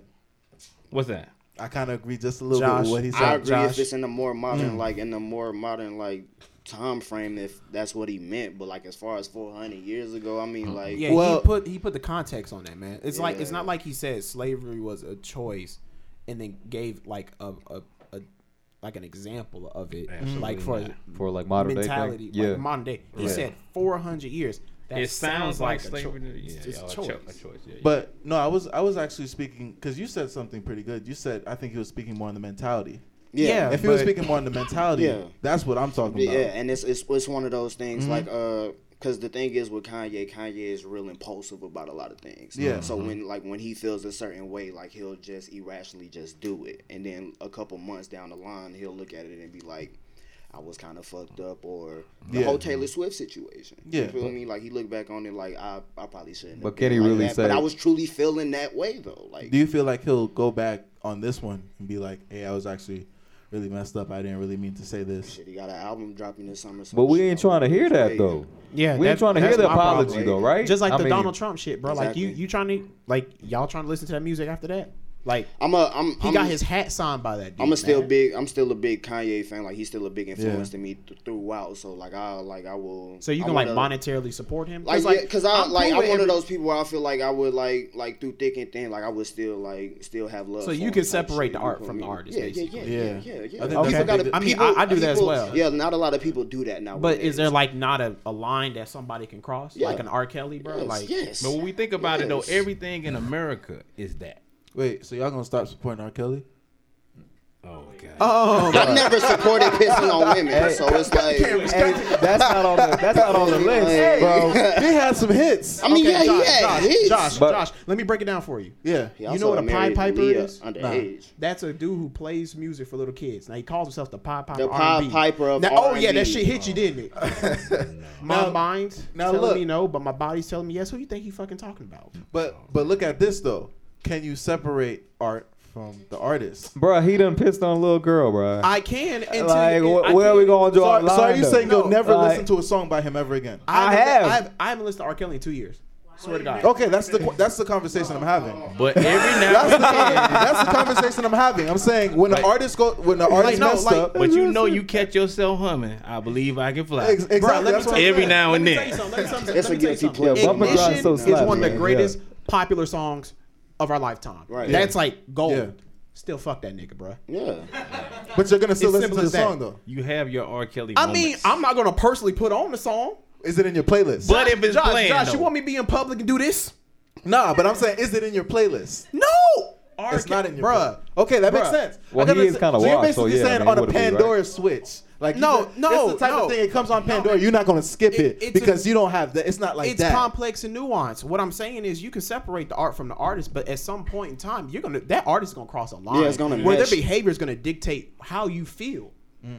Speaker 6: what's that?
Speaker 5: I kind of agree just a little bit
Speaker 3: Josh,
Speaker 5: with what he said.
Speaker 8: I agree
Speaker 3: Josh.
Speaker 8: if it's in the more
Speaker 6: Mm.
Speaker 8: modern, like in the more modern, like time frame, if that's what he meant. But like as far as 400 years ago, I
Speaker 6: Mm.
Speaker 8: mean, like
Speaker 3: yeah,
Speaker 5: Well-
Speaker 3: he put he put the context on that man. It's like it's
Speaker 8: Yeah.
Speaker 3: not like he said slavery was a choice, and then gave like a a, a like an example of it, like for
Speaker 4: for like modern
Speaker 3: mentality,
Speaker 4: day thing.
Speaker 3: like modern day. He said four hundred years. That
Speaker 6: It sounds like
Speaker 3: a
Speaker 6: slavery.
Speaker 3: choi-
Speaker 6: yeah,
Speaker 3: It's
Speaker 6: yeah,
Speaker 3: a
Speaker 6: a
Speaker 3: choice.
Speaker 6: cho- a choice, yeah, yeah.
Speaker 5: But no, I was I was actually speaking because you said something pretty good. You said I think he was speaking more on the mentality.
Speaker 3: Yeah.
Speaker 5: if he was
Speaker 3: but-
Speaker 5: speaking more on the mentality,
Speaker 8: Yeah.
Speaker 5: that's what I'm talking
Speaker 8: Yeah,
Speaker 5: about.
Speaker 8: and it's it's it's one of those
Speaker 4: Mm-hmm.
Speaker 8: things like uh because the thing is with Kanye, Kanye is real impulsive about a lot of things.
Speaker 5: Yeah.
Speaker 8: So
Speaker 4: mm-hmm.
Speaker 8: when like when he feels a certain way, like he'll just irrationally just do it, and then a couple months down the line, he'll look at it and be like. I was kind of fucked up, or the
Speaker 5: Yeah.
Speaker 8: whole
Speaker 4: mm-hmm.
Speaker 8: Taylor Swift situation.
Speaker 5: Yeah.
Speaker 8: you feel me? Like he looked back on it, like I, I probably shouldn't. have
Speaker 4: But
Speaker 8: been
Speaker 4: can he
Speaker 8: like
Speaker 4: really
Speaker 8: that, But
Speaker 4: say-
Speaker 8: I was truly feeling that way though. Like
Speaker 5: Do you feel like he'll go back on this one and be like, "Hey, I was actually really messed up. I didn't really mean to say this."
Speaker 8: shit, he got an album dropping this summer. so
Speaker 4: But we
Speaker 8: shit,
Speaker 4: ain't
Speaker 8: I
Speaker 4: trying to hear
Speaker 8: was
Speaker 4: that
Speaker 8: crazy.
Speaker 4: though.
Speaker 3: Yeah,
Speaker 4: we
Speaker 3: that-
Speaker 4: ain't trying to hear
Speaker 3: that's
Speaker 4: the
Speaker 3: my problem.
Speaker 4: apology though, right?
Speaker 3: Just like
Speaker 4: I
Speaker 3: the
Speaker 4: mean,
Speaker 3: Donald Trump shit, bro. Like you,
Speaker 8: Exactly.
Speaker 3: you trying to like y'all trying to listen to that music after that? Like
Speaker 8: I'm a I'm
Speaker 3: he
Speaker 8: I'm,
Speaker 3: got his hat signed by that dude.
Speaker 8: I'm a still
Speaker 3: man.
Speaker 8: big I'm still a big Kanye fan. Like he's still a big influence to me th- throughout. So like I like I will.
Speaker 3: So you
Speaker 8: I
Speaker 3: can like
Speaker 8: wanna-
Speaker 3: monetarily support him,
Speaker 8: Like yeah, cause I
Speaker 3: I'm
Speaker 8: like
Speaker 3: cool
Speaker 8: I'm
Speaker 3: with
Speaker 8: one
Speaker 3: every-
Speaker 8: of those people where I feel like I would like like through thick and thin like I would still like still have love.
Speaker 3: So
Speaker 8: for
Speaker 3: you
Speaker 8: him
Speaker 3: can
Speaker 8: type
Speaker 3: separate
Speaker 8: shit,
Speaker 3: the
Speaker 8: you
Speaker 3: art
Speaker 8: know
Speaker 3: from the
Speaker 8: what I mean?
Speaker 3: artist,
Speaker 8: Yeah, yeah,
Speaker 3: basically.
Speaker 8: yeah,
Speaker 5: Yeah.
Speaker 8: yeah, yeah.
Speaker 1: I
Speaker 8: yeah.
Speaker 1: think
Speaker 8: People
Speaker 1: that's the
Speaker 8: gotta-
Speaker 3: big- I mean,
Speaker 8: people-
Speaker 3: I- I do that as
Speaker 8: people-
Speaker 3: well.
Speaker 8: Yeah, not a lot of people do that now.
Speaker 3: But is there like not a, a line that somebody can cross,
Speaker 8: Yeah.
Speaker 3: like an R. Kelly, bro?
Speaker 8: yes,
Speaker 3: like
Speaker 8: yes.
Speaker 6: But when we think about it, though,
Speaker 8: Yes.
Speaker 6: everything in America is that.
Speaker 5: Wait, so y'all gonna stop supporting R. Kelly?
Speaker 6: Oh god.
Speaker 5: Oh,
Speaker 8: I never supported pissing on women, so it's like.
Speaker 4: that's not on the that's not on the list,
Speaker 8: Hey. [laughs]
Speaker 4: bro.
Speaker 5: he had some hits.
Speaker 8: I mean, yeah,
Speaker 3: Josh,
Speaker 8: yeah,
Speaker 3: Josh,
Speaker 8: hits.
Speaker 3: Josh,
Speaker 4: But-
Speaker 3: Josh, let me break it down for you.
Speaker 5: [laughs] Yeah.
Speaker 8: He
Speaker 3: you
Speaker 8: also
Speaker 3: know what a Pied
Speaker 8: married
Speaker 3: Piper
Speaker 8: Leah
Speaker 3: is?
Speaker 8: Underage.
Speaker 3: That's a dude who plays music for little kids. Now he calls himself the Pied Piper.
Speaker 8: The Pied
Speaker 3: R&B.
Speaker 8: Piper of
Speaker 3: now, Oh yeah, that
Speaker 8: R&B.
Speaker 3: shit hit you, didn't
Speaker 8: [laughs]
Speaker 3: it? my mind's
Speaker 5: now
Speaker 3: telling
Speaker 5: look.
Speaker 3: me no, but my body's telling me yes. Who you think he fucking talking about?
Speaker 5: But but look at this though. Can you separate art from the [laughs] artist?
Speaker 4: Bro, he done pissed on a little girl, bro.
Speaker 3: I can. Until
Speaker 4: like,
Speaker 3: you-
Speaker 4: wh-
Speaker 3: I
Speaker 4: where are
Speaker 3: can-
Speaker 4: we going to
Speaker 5: So,
Speaker 4: draw the
Speaker 5: so are
Speaker 4: line,
Speaker 5: you
Speaker 4: though?
Speaker 5: saying you'll never
Speaker 4: Like-
Speaker 5: listen to a song by him ever again?
Speaker 4: I
Speaker 3: haven't-
Speaker 4: have.
Speaker 3: I, have, I haven't listened to R. Kelly in two
Speaker 5: [laughs]
Speaker 3: years. Swear to God.
Speaker 5: Okay, that's the that's the conversation I'm having.
Speaker 6: But every now
Speaker 5: That's
Speaker 6: and
Speaker 5: the,
Speaker 6: then,
Speaker 5: that's the conversation I'm having. I'm saying when the
Speaker 6: Like-
Speaker 5: artist go when the artist
Speaker 3: no,
Speaker 5: messed
Speaker 3: like-
Speaker 5: up.
Speaker 6: but you know, you catch yourself humming. I believe I can fly.
Speaker 5: Ex- exactly.
Speaker 3: Bruh, let me
Speaker 5: that's what
Speaker 3: tell
Speaker 5: I'm
Speaker 3: you-
Speaker 6: Every
Speaker 5: saying.
Speaker 6: now and
Speaker 3: Let me tell
Speaker 6: then.
Speaker 3: you something. Let me, some-
Speaker 8: That's
Speaker 3: let me
Speaker 8: a
Speaker 3: tell you
Speaker 8: guilty
Speaker 3: something.
Speaker 8: pleasure. Yeah,
Speaker 4: Bumper
Speaker 3: Ignition
Speaker 4: Drive so
Speaker 3: is
Speaker 4: slaps,
Speaker 3: one of the
Speaker 4: man.
Speaker 3: greatest
Speaker 4: Yeah.
Speaker 3: popular songs of our lifetime.
Speaker 8: Right.
Speaker 3: That's like gold.
Speaker 5: Yeah.
Speaker 3: Still fuck that nigga, bro.
Speaker 8: Yeah.
Speaker 5: But you're gonna
Speaker 3: It's
Speaker 5: still listen
Speaker 3: simple
Speaker 5: to the
Speaker 3: as that.
Speaker 5: song though.
Speaker 6: You have your R. Kelly.
Speaker 3: I mean,
Speaker 6: moments.
Speaker 3: I'm not gonna personally put on the song.
Speaker 5: Is it in your playlist?
Speaker 6: But if it's
Speaker 3: Josh,
Speaker 6: playing,
Speaker 3: Josh,
Speaker 6: though,
Speaker 3: you want me to be in public and do this?
Speaker 5: nah, but I'm saying is it in your playlist?
Speaker 3: No. R.
Speaker 5: It's not in your
Speaker 3: Bruh.
Speaker 5: playlist. Okay, that makes
Speaker 3: Bruh.
Speaker 5: sense.
Speaker 4: Well,
Speaker 5: I gotta
Speaker 4: he is
Speaker 5: say-
Speaker 4: kinda
Speaker 5: so you're
Speaker 4: washed, so
Speaker 5: basically
Speaker 4: yeah, I
Speaker 5: saying
Speaker 4: mean,
Speaker 5: on a
Speaker 4: would it be, right?
Speaker 5: Pandora switch. Like
Speaker 3: No,
Speaker 5: you-
Speaker 3: no,
Speaker 5: it's the type
Speaker 3: no.
Speaker 5: of thing it comes on Pandora. You're not gonna skip
Speaker 3: It-
Speaker 5: it,
Speaker 3: it's
Speaker 5: because
Speaker 3: a-
Speaker 5: you don't have that. It's not like
Speaker 3: it's
Speaker 5: that.
Speaker 3: complex and nuanced. What I'm saying is, you can separate the art from the artist, but at some point in time, you're gonna that artist is gonna cross a line.
Speaker 8: Yeah, it's gonna
Speaker 3: where
Speaker 8: mesh.
Speaker 3: their behavior is gonna dictate how you feel.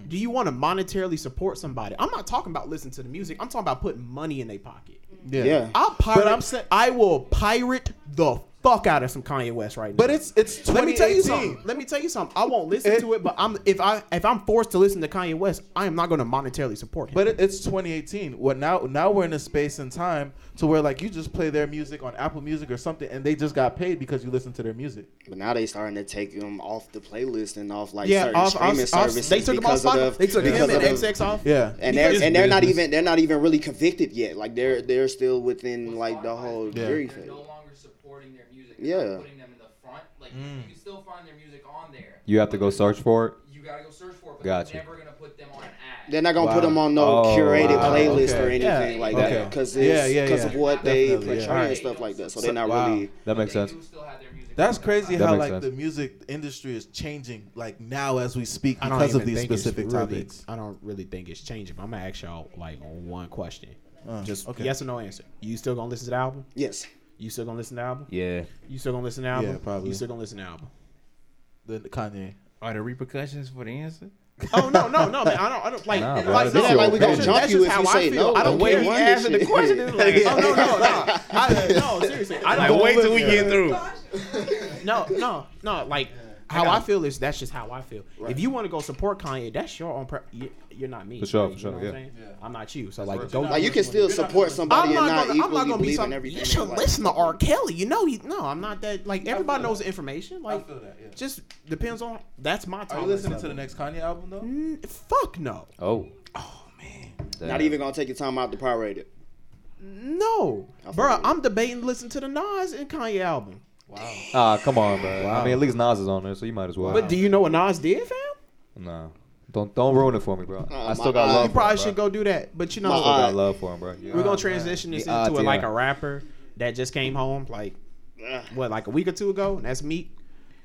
Speaker 3: Do you want to monetarily support somebody? I'm not talking about listening to the music. I'm talking about putting money in their pocket.
Speaker 5: yeah.
Speaker 8: Yeah.
Speaker 3: I'll pirate.
Speaker 5: Mm. I'm
Speaker 3: I'm
Speaker 5: saying-
Speaker 3: saying I will pirate the fuck out of some Kanye West right now.
Speaker 5: But it's it's 2018.
Speaker 3: Let me tell you something. Let me tell you something. I won't listen
Speaker 5: It-
Speaker 3: to it, but I'm if I if I'm forced to listen to Kanye West, I am not going to monetarily support him.
Speaker 5: But it, it's 2018. What now? Now we're in a space and time to where like you just play their music on Apple Music or something, and they just got paid because you listen to their music.
Speaker 8: But now they starting to take them off the playlist and off like
Speaker 3: yeah,
Speaker 8: certain
Speaker 3: off, off,
Speaker 8: streaming
Speaker 3: off-
Speaker 8: services
Speaker 3: they took him off
Speaker 8: because
Speaker 3: Spotify.
Speaker 8: of the
Speaker 3: they took
Speaker 8: because
Speaker 3: him and
Speaker 8: of the-
Speaker 3: XX off.
Speaker 5: Yeah.
Speaker 8: and they're
Speaker 6: Because
Speaker 8: and they're not
Speaker 6: business.
Speaker 8: even they're not even really convicted yet. Like they're they're still within like the whole
Speaker 5: Yeah.
Speaker 8: jury
Speaker 10: They're
Speaker 8: phase.
Speaker 10: no longer supporting their music.
Speaker 8: Yeah.
Speaker 10: Yeah. Not putting them in the front. Like you can still find their music on there.
Speaker 4: Mm. You have to go search for it.
Speaker 10: You gotta go search for it, but
Speaker 4: Gotcha.
Speaker 10: they're never gonna put them on an ad.
Speaker 8: They're not gonna put
Speaker 5: Wow.
Speaker 8: them on no
Speaker 4: Oh,
Speaker 8: curated
Speaker 4: wow.
Speaker 8: playlist
Speaker 5: Okay.
Speaker 8: or anything
Speaker 10: Yeah.
Speaker 8: like
Speaker 4: Okay.
Speaker 8: that because
Speaker 5: Yeah, yeah,
Speaker 8: because
Speaker 5: yeah.
Speaker 8: of what
Speaker 5: Definitely,
Speaker 8: they
Speaker 5: yeah.
Speaker 8: portray and stuff like that. So they're not
Speaker 5: wow.
Speaker 8: really.
Speaker 4: That makes
Speaker 10: they
Speaker 4: sense.
Speaker 10: do still have their music.
Speaker 5: That's
Speaker 10: on.
Speaker 5: crazy
Speaker 4: That
Speaker 5: how
Speaker 4: makes
Speaker 5: like
Speaker 4: sense.
Speaker 5: the music industry is changing like now as we speak
Speaker 3: I don't
Speaker 5: because of
Speaker 3: even
Speaker 5: these
Speaker 3: think it's
Speaker 5: specific
Speaker 3: really-
Speaker 5: topics.
Speaker 3: I don't really think it's changing. But I'm gonna ask y'all like one question, just
Speaker 5: okay.
Speaker 3: yes or no answer. You still gonna listen to the album?
Speaker 8: Yes.
Speaker 3: You still gonna listen to the album?
Speaker 4: Yeah.
Speaker 3: You still gonna listen to the album?
Speaker 5: Yeah, probably.
Speaker 3: You still gonna listen to the album?
Speaker 5: The Kanye.
Speaker 6: are there repercussions for the answer?
Speaker 3: Oh no, no, no, man! I don't, I don't like.
Speaker 4: Nah,
Speaker 3: like,
Speaker 4: bro,
Speaker 3: like,
Speaker 4: this is
Speaker 3: no,
Speaker 4: your
Speaker 3: like we gonna
Speaker 4: opinion.
Speaker 3: jump you if you say no. I
Speaker 8: but
Speaker 3: don't
Speaker 8: wait,
Speaker 3: care.
Speaker 8: what?
Speaker 3: Oh
Speaker 8: this
Speaker 6: answer the
Speaker 8: shit.
Speaker 6: question is like,
Speaker 3: no, no, no! I, no, seriously, I don't.
Speaker 6: like, wait till we get through.
Speaker 3: No, no, no. Like how I feel is that's just how I feel. If you want to go support Kanye, that's your own. Per- you, you're not me.
Speaker 4: For sure,
Speaker 3: You
Speaker 4: for sure,
Speaker 3: know what I'm
Speaker 4: yeah.
Speaker 3: saying? I'm not you. So like, go.
Speaker 8: Like you can still support
Speaker 3: I'm
Speaker 8: somebody
Speaker 3: not,
Speaker 8: and not
Speaker 3: gonna, I'm
Speaker 8: equally
Speaker 3: not gonna be
Speaker 8: believe in
Speaker 3: something.
Speaker 8: everything.
Speaker 3: You
Speaker 8: they
Speaker 3: should
Speaker 8: like.
Speaker 3: listen to R. Kelly. You know, he, no, I'm not that. Like everybody knows the information. Like, just depends on. That's my time.
Speaker 5: Are you listening to the next Kanye album though?
Speaker 3: next? Fuck no,
Speaker 4: Oh.
Speaker 8: Not even gonna take your time out to pirate it.
Speaker 3: no,
Speaker 8: fuck
Speaker 3: bro.
Speaker 8: with you.
Speaker 3: I'm debating listening to the Nas and Kanye album.
Speaker 4: Ah, come on, bro. I mean, at least Nas is on there, so you might as well.
Speaker 3: But do you know what Nas did, fam?
Speaker 4: Nah. Don't don't ruin it for me, bro.
Speaker 8: Uh,
Speaker 4: I still
Speaker 8: my
Speaker 4: got
Speaker 8: eye.
Speaker 4: love.
Speaker 3: Oh, You
Speaker 4: for
Speaker 3: probably
Speaker 4: him,
Speaker 3: should
Speaker 4: bro.
Speaker 3: go do that. But you know,
Speaker 8: My
Speaker 4: I
Speaker 8: eye.
Speaker 4: got love for him, bro. Yeah.
Speaker 3: We're gonna transition this
Speaker 4: Oh, Yeah, uh,
Speaker 3: into a,
Speaker 4: yeah.
Speaker 3: like a rapper that just came home, like what, like a week or two ago, and that's Meek.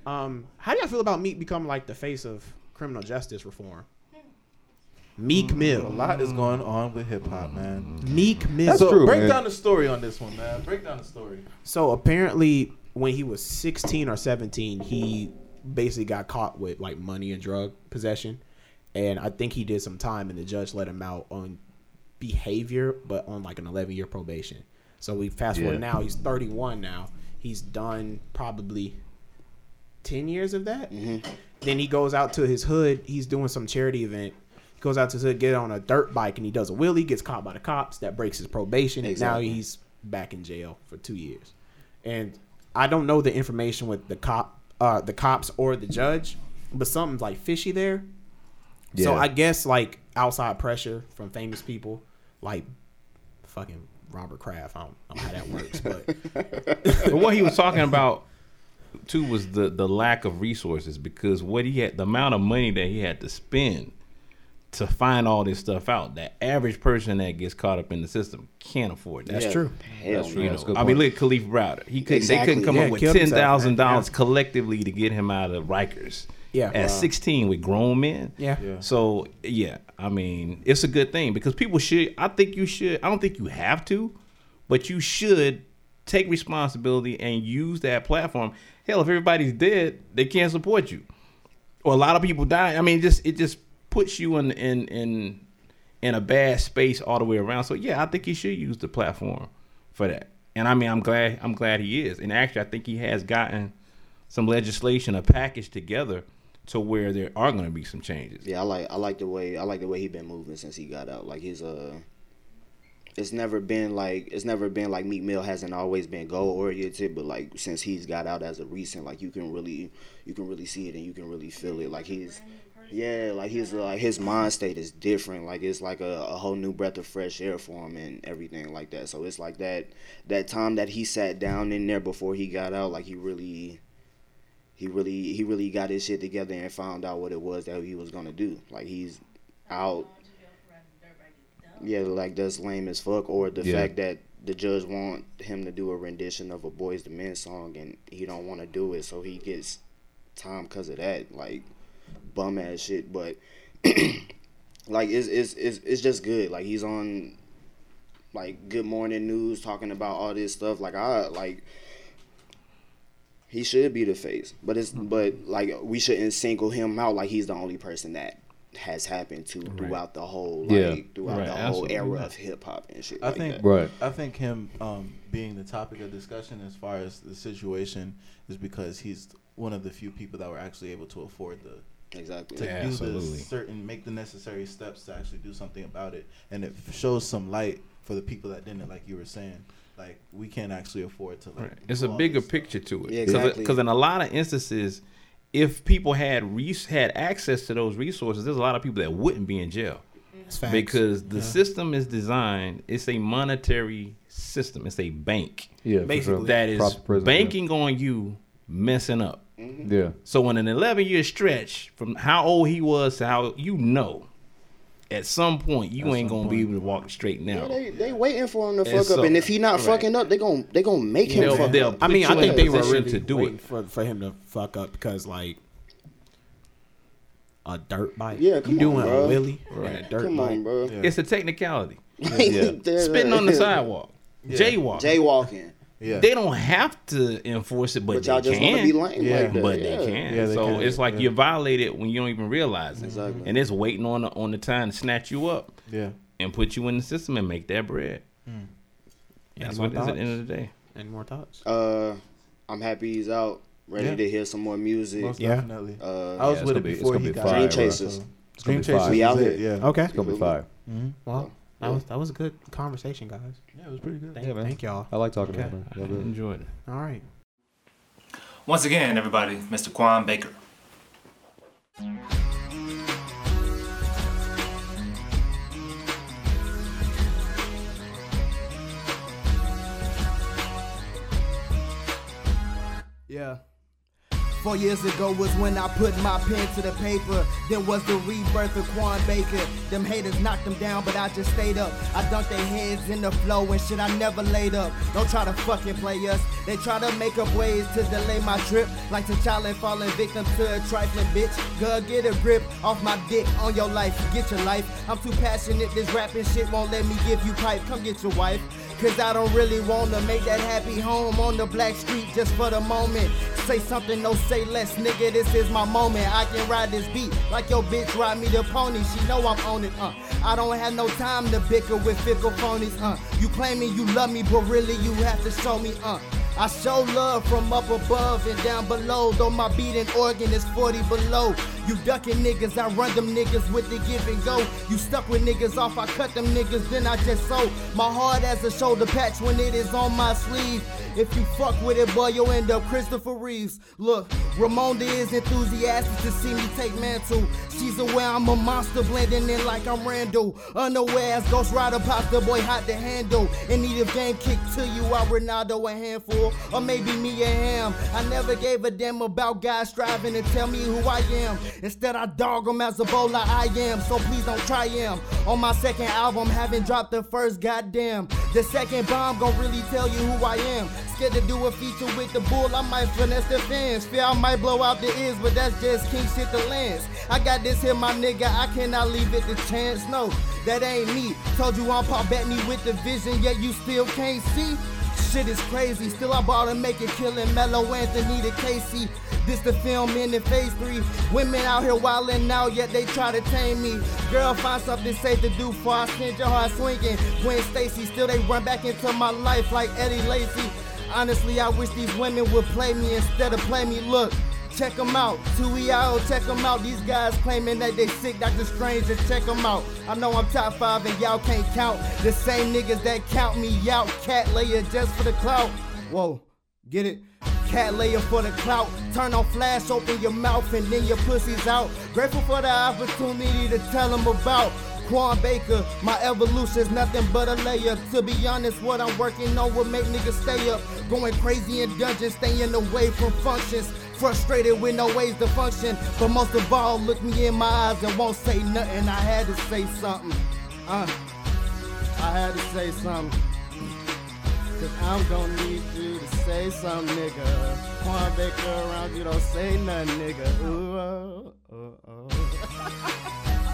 Speaker 3: Um, how do y'all feel about Meek becoming like the face of criminal justice reform?
Speaker 4: Mm.
Speaker 3: Meek
Speaker 5: A
Speaker 3: Mill,
Speaker 5: lot is going on with hip hop, man.
Speaker 3: Meek Mill.
Speaker 4: That's
Speaker 5: so
Speaker 4: true,
Speaker 5: break
Speaker 4: man.
Speaker 5: down the story on this one, man. Break down the story.
Speaker 3: So apparently, when he was 16 or 17, he basically got caught with like money and drug possession, and I think he did some time, and the judge let him out on behavior, but on like an 11 year probation. So we fast forward now. He's 31 now. He's done probably 10 years of that. Then he goes out to his hood. He's doing some charity event. He goes out to his hood, get on a dirt bike, and he does a wheelie, gets caught by the cops. That breaks his probation. And now he's back in jail for two years. And I don't know the information with the cop uh, the cops or the judge, but something's like fishy there. So
Speaker 4: Yeah.
Speaker 3: I guess like outside pressure from famous people, like fucking Robert Kraft. I don't know how that works,
Speaker 8: [laughs]
Speaker 3: but
Speaker 6: But what he was talking about too was the the lack of resources because what he had the amount of money that he had to spend to find all this stuff out. The average person that gets caught up in the system can't afford that.
Speaker 8: Yeah, Hell
Speaker 4: That's true.
Speaker 8: no.
Speaker 4: That's a good
Speaker 6: I
Speaker 4: point.
Speaker 6: mean, look, at Khalif Browder. He couldn't. They
Speaker 8: Exactly.
Speaker 6: couldn't come
Speaker 3: Yeah,
Speaker 6: up with
Speaker 3: killed
Speaker 6: ten
Speaker 3: himself,
Speaker 6: thousand
Speaker 3: man.
Speaker 6: dollars collectively to get him out of Rikers.
Speaker 3: Yeah.
Speaker 6: at
Speaker 3: Wow.
Speaker 6: sixteen with grown men.
Speaker 3: Yeah. Yeah.
Speaker 6: So yeah, I mean, it's a good thing because people should. I think you should. I don't think you have to, but you should take responsibility and use that platform. Hell, if everybody's dead, they can't support you, or a lot of people die. I mean, it just it just puts you in in in in a bad space all the way around. So yeah, I think he should use the platform for that. And I mean, I'm glad I'm glad he is. And actually, I think he has gotten some legislation, a package together to where there are going to be some changes.
Speaker 8: Yeah, I like I like the way I like the way he been moving since he got out. Like he's uh it's never been like it's never been like Meat Mill hasn't always been goal oriented, but like since he's got out as a recent, like you can really you can really see it and you can really feel it. Like he's yeah, like he's like his mind state is different. Like it's like a, a whole new breath of fresh air for him and everything like that. So it's like that that time that he sat down in there before he got out, like he really he really he really got his shit together and found out what it was that he was gonna do. Like he's out. Yeah, like that's lame as fuck. Or the
Speaker 4: Yeah.
Speaker 8: fact that the judge want him to do a rendition of a Boys to Men song and he don't want to do it, so he gets time because of that. Like bum ass shit, but [clears throat] like it's, it's it's it's just good. Like he's on like Good Morning News talking about all this stuff. Like I like he should be the face, but it's
Speaker 6: Mm-hmm.
Speaker 8: but like we shouldn't single him out like he's the only person that has happened to throughout the whole like
Speaker 4: Yeah.
Speaker 8: throughout
Speaker 6: Right,
Speaker 8: the
Speaker 6: absolutely
Speaker 8: whole era
Speaker 6: not.
Speaker 8: of hip hop and shit.
Speaker 7: I
Speaker 8: like
Speaker 7: think
Speaker 8: that.
Speaker 4: Right.
Speaker 7: I think him um, being the topic of discussion as far as the situation is because he's one of the few people that were actually able to afford the
Speaker 8: exactly.
Speaker 7: to
Speaker 6: Yeah,
Speaker 7: do
Speaker 6: absolutely.
Speaker 7: the certain make the necessary steps to actually do something about it and it shows some light for the people that didn't like you were saying like we can't actually afford to like
Speaker 6: Right. It's a
Speaker 7: do all
Speaker 6: bigger
Speaker 7: this stuff.
Speaker 6: picture to it.
Speaker 8: Yeah, exactly.
Speaker 6: Because in a lot of instances, if people had res- had access to those resources, there's a lot of people that wouldn't be in jail.
Speaker 3: it's facts.
Speaker 6: Because the system is designed, it's a monetary system. It's a bank
Speaker 4: Yeah, for
Speaker 3: Basically,
Speaker 4: sure.
Speaker 6: that is
Speaker 4: Proper prison, yeah.
Speaker 6: banking on you messing up.
Speaker 4: Yeah,
Speaker 6: So in an 11 year stretch, from how old he was to how you know, at some point you ain't gonna be able to walk straight now.
Speaker 8: They, they waiting for him to
Speaker 6: And
Speaker 8: fuck
Speaker 6: so-
Speaker 8: up, and if he not
Speaker 6: right.
Speaker 8: fucking up, they gon' they gonna make him
Speaker 6: They'll-
Speaker 8: fuck
Speaker 6: they'll
Speaker 8: up.
Speaker 3: I mean,
Speaker 6: put
Speaker 3: I
Speaker 6: you
Speaker 3: think
Speaker 6: in
Speaker 3: they
Speaker 6: a
Speaker 3: were
Speaker 6: position
Speaker 3: really
Speaker 6: to do
Speaker 3: waiting
Speaker 6: it.
Speaker 3: for for him to fuck up because like a dirt bike.
Speaker 8: Yeah, come
Speaker 3: you doing
Speaker 8: on,
Speaker 3: a
Speaker 8: bro.
Speaker 3: wheelie or a dirt
Speaker 8: Come
Speaker 3: bike?
Speaker 8: on, bro. [laughs]
Speaker 6: It's a technicality.
Speaker 8: They're-
Speaker 4: [laughs]
Speaker 6: Spitting
Speaker 8: [laughs]
Speaker 6: on the sidewalk, jaywalking.
Speaker 8: Jaywalking.
Speaker 7: yeah
Speaker 6: They don't have to enforce it, but,
Speaker 8: But y'all
Speaker 6: they
Speaker 8: just
Speaker 6: can.
Speaker 8: wanna be lame
Speaker 7: Yeah.
Speaker 8: like that.
Speaker 6: but
Speaker 8: yeah.
Speaker 6: they can.
Speaker 7: Yeah, they
Speaker 6: so
Speaker 7: can,
Speaker 6: it's like
Speaker 7: yeah.
Speaker 6: you're violated when you don't even realize it,
Speaker 8: Exactly.
Speaker 6: and it's waiting on the, on the time to snatch you up
Speaker 7: yeah
Speaker 6: and put you in the system and make that bread. That's
Speaker 3: Any more
Speaker 6: what it is at
Speaker 3: thoughts?
Speaker 6: the end of the day.
Speaker 3: Any more thoughts?
Speaker 8: Uh, I'm happy he's out. Ready
Speaker 7: Yeah.
Speaker 8: to hear some more music.
Speaker 7: most
Speaker 3: Yeah.
Speaker 7: definitely
Speaker 8: Uh,
Speaker 7: I was
Speaker 4: it's
Speaker 7: with
Speaker 4: gonna
Speaker 7: it
Speaker 4: be- it's
Speaker 7: before
Speaker 4: gonna
Speaker 7: he
Speaker 4: be
Speaker 7: got
Speaker 4: fire,
Speaker 7: out,
Speaker 8: Dream Chasers.
Speaker 7: so-
Speaker 4: It's
Speaker 7: Dream
Speaker 4: gonna be fire.
Speaker 7: Chasers
Speaker 8: We out
Speaker 7: is it,
Speaker 8: here.
Speaker 7: yeah
Speaker 3: Okay.
Speaker 4: It's gonna be fire.
Speaker 3: Well, that was that was a good conversation, guys.
Speaker 7: yeah it was pretty good
Speaker 3: Thank, thank y'all.
Speaker 4: I like talking
Speaker 3: Okay.
Speaker 4: about it.
Speaker 6: I enjoyed it.
Speaker 3: All right.
Speaker 11: Once again, everybody, Mr. Quan Baker.
Speaker 2: Yeah. Four years ago was when I put my pen to the paper. Then was the rebirth of Quan Baker. Them haters knocked them down, but I just stayed up. I dunked their heads in the flow and shit I never laid up. Don't try to fucking play us. They try to make up ways to delay my trip. Like T'Challa falling victim to a trifling bitch. Girl, get a grip off my dick on your life. Get your life. I'm too passionate. This rapping shit won't let me give you pipe. Come get your wife. Cause I don't really wanna make that happy home on the black street just for the moment. Say something, no say less, nigga. This is my moment. I can ride this beat like your bitch ride me the pony. She know I'm on it. Uh, I don't have no time to bicker with fickle phonies. Uh, you claiming you love me, but really you have to show me. Uh, I show love from up above and down below. Though my beating organ is 40 below. You ducking niggas, I run them niggas with the give and go. You stuck with niggas off, I cut them niggas, then I just sold. My heart as a shoulder patch when it is on my sleeve. If you fuck with it, boy, you'll end up Christopher Reeves. Look, Ramonda is enthusiastic to see me take mantle. She's aware I'm a monster blending in like I'm Randall. Unaware as Ghost Rider pops the boy hot to handle. In need of game kick to you, I Ronaldo a handful. Or maybe me a ham. I never gave a damn about guys striving to tell me who I am. Instead, I dog them as a bowler I am. So please don't try him. On my second album, haven't dropped the first goddamn. The second bomb gon' really tell you who I am. Scared to do a feature with the bull, I might finesse the fans. Fear I might blow out the ears, but that's just king shit the lens. I got this here, my nigga, I cannot leave it to chance. No, that ain't me. Told you I'm Paul Bettany with the vision, yet you still can't see. Shit is crazy. Still, I bought and make it killing Mellow Anthony to Casey. This the film in the phase three. Women out here wildin' out, yet they try to tame me. Girl, find something safe to do for I send your heart swinging. Gwen Stacy, still they run back into my life like Eddie Lacey. Honestly, I wish these women would play me instead of play me. Look, check them out. 2EIO, check them out. These guys claiming that they sick, Dr. Strange, and check them out. I know I'm top five and y'all can't count. The same niggas that count me out. Cat layer just for the clout. Whoa, get it? Cat layer for the clout. Turn on flash, open your mouth, and then your pussy's out. Grateful for the opportunity to tell them about. Quan Baker, my evolution's nothing but a layup. To be honest, what I'm working on will make niggas stay up. Going crazy in dungeons, staying away from functions. Frustrated with no ways to function. But most of all, look me in my eyes and won't say nothing. I had to say something. Uh, I had to say something. Cause I'm gonna need you to say something, nigga. Quan Baker around you don't say nothing, nigga. Ooh, oh, oh, oh. [laughs]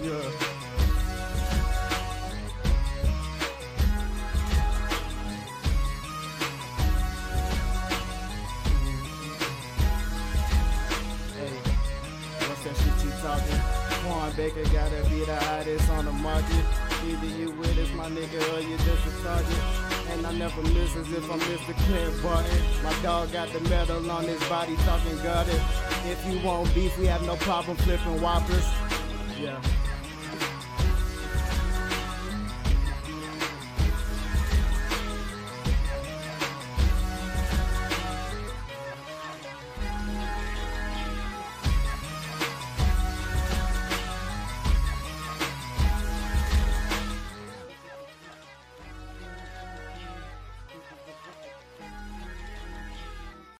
Speaker 2: Yeah. Hey, what's that shit you talking? Quan Baker gotta be the hottest on the market. Either you with us, my nigga, or you just a target. And I never miss as if I'm Mr. Clint Barton. My dog got the medal on his body, talking guarded. If you want beef, we have no problem flipping whoppers. Yeah.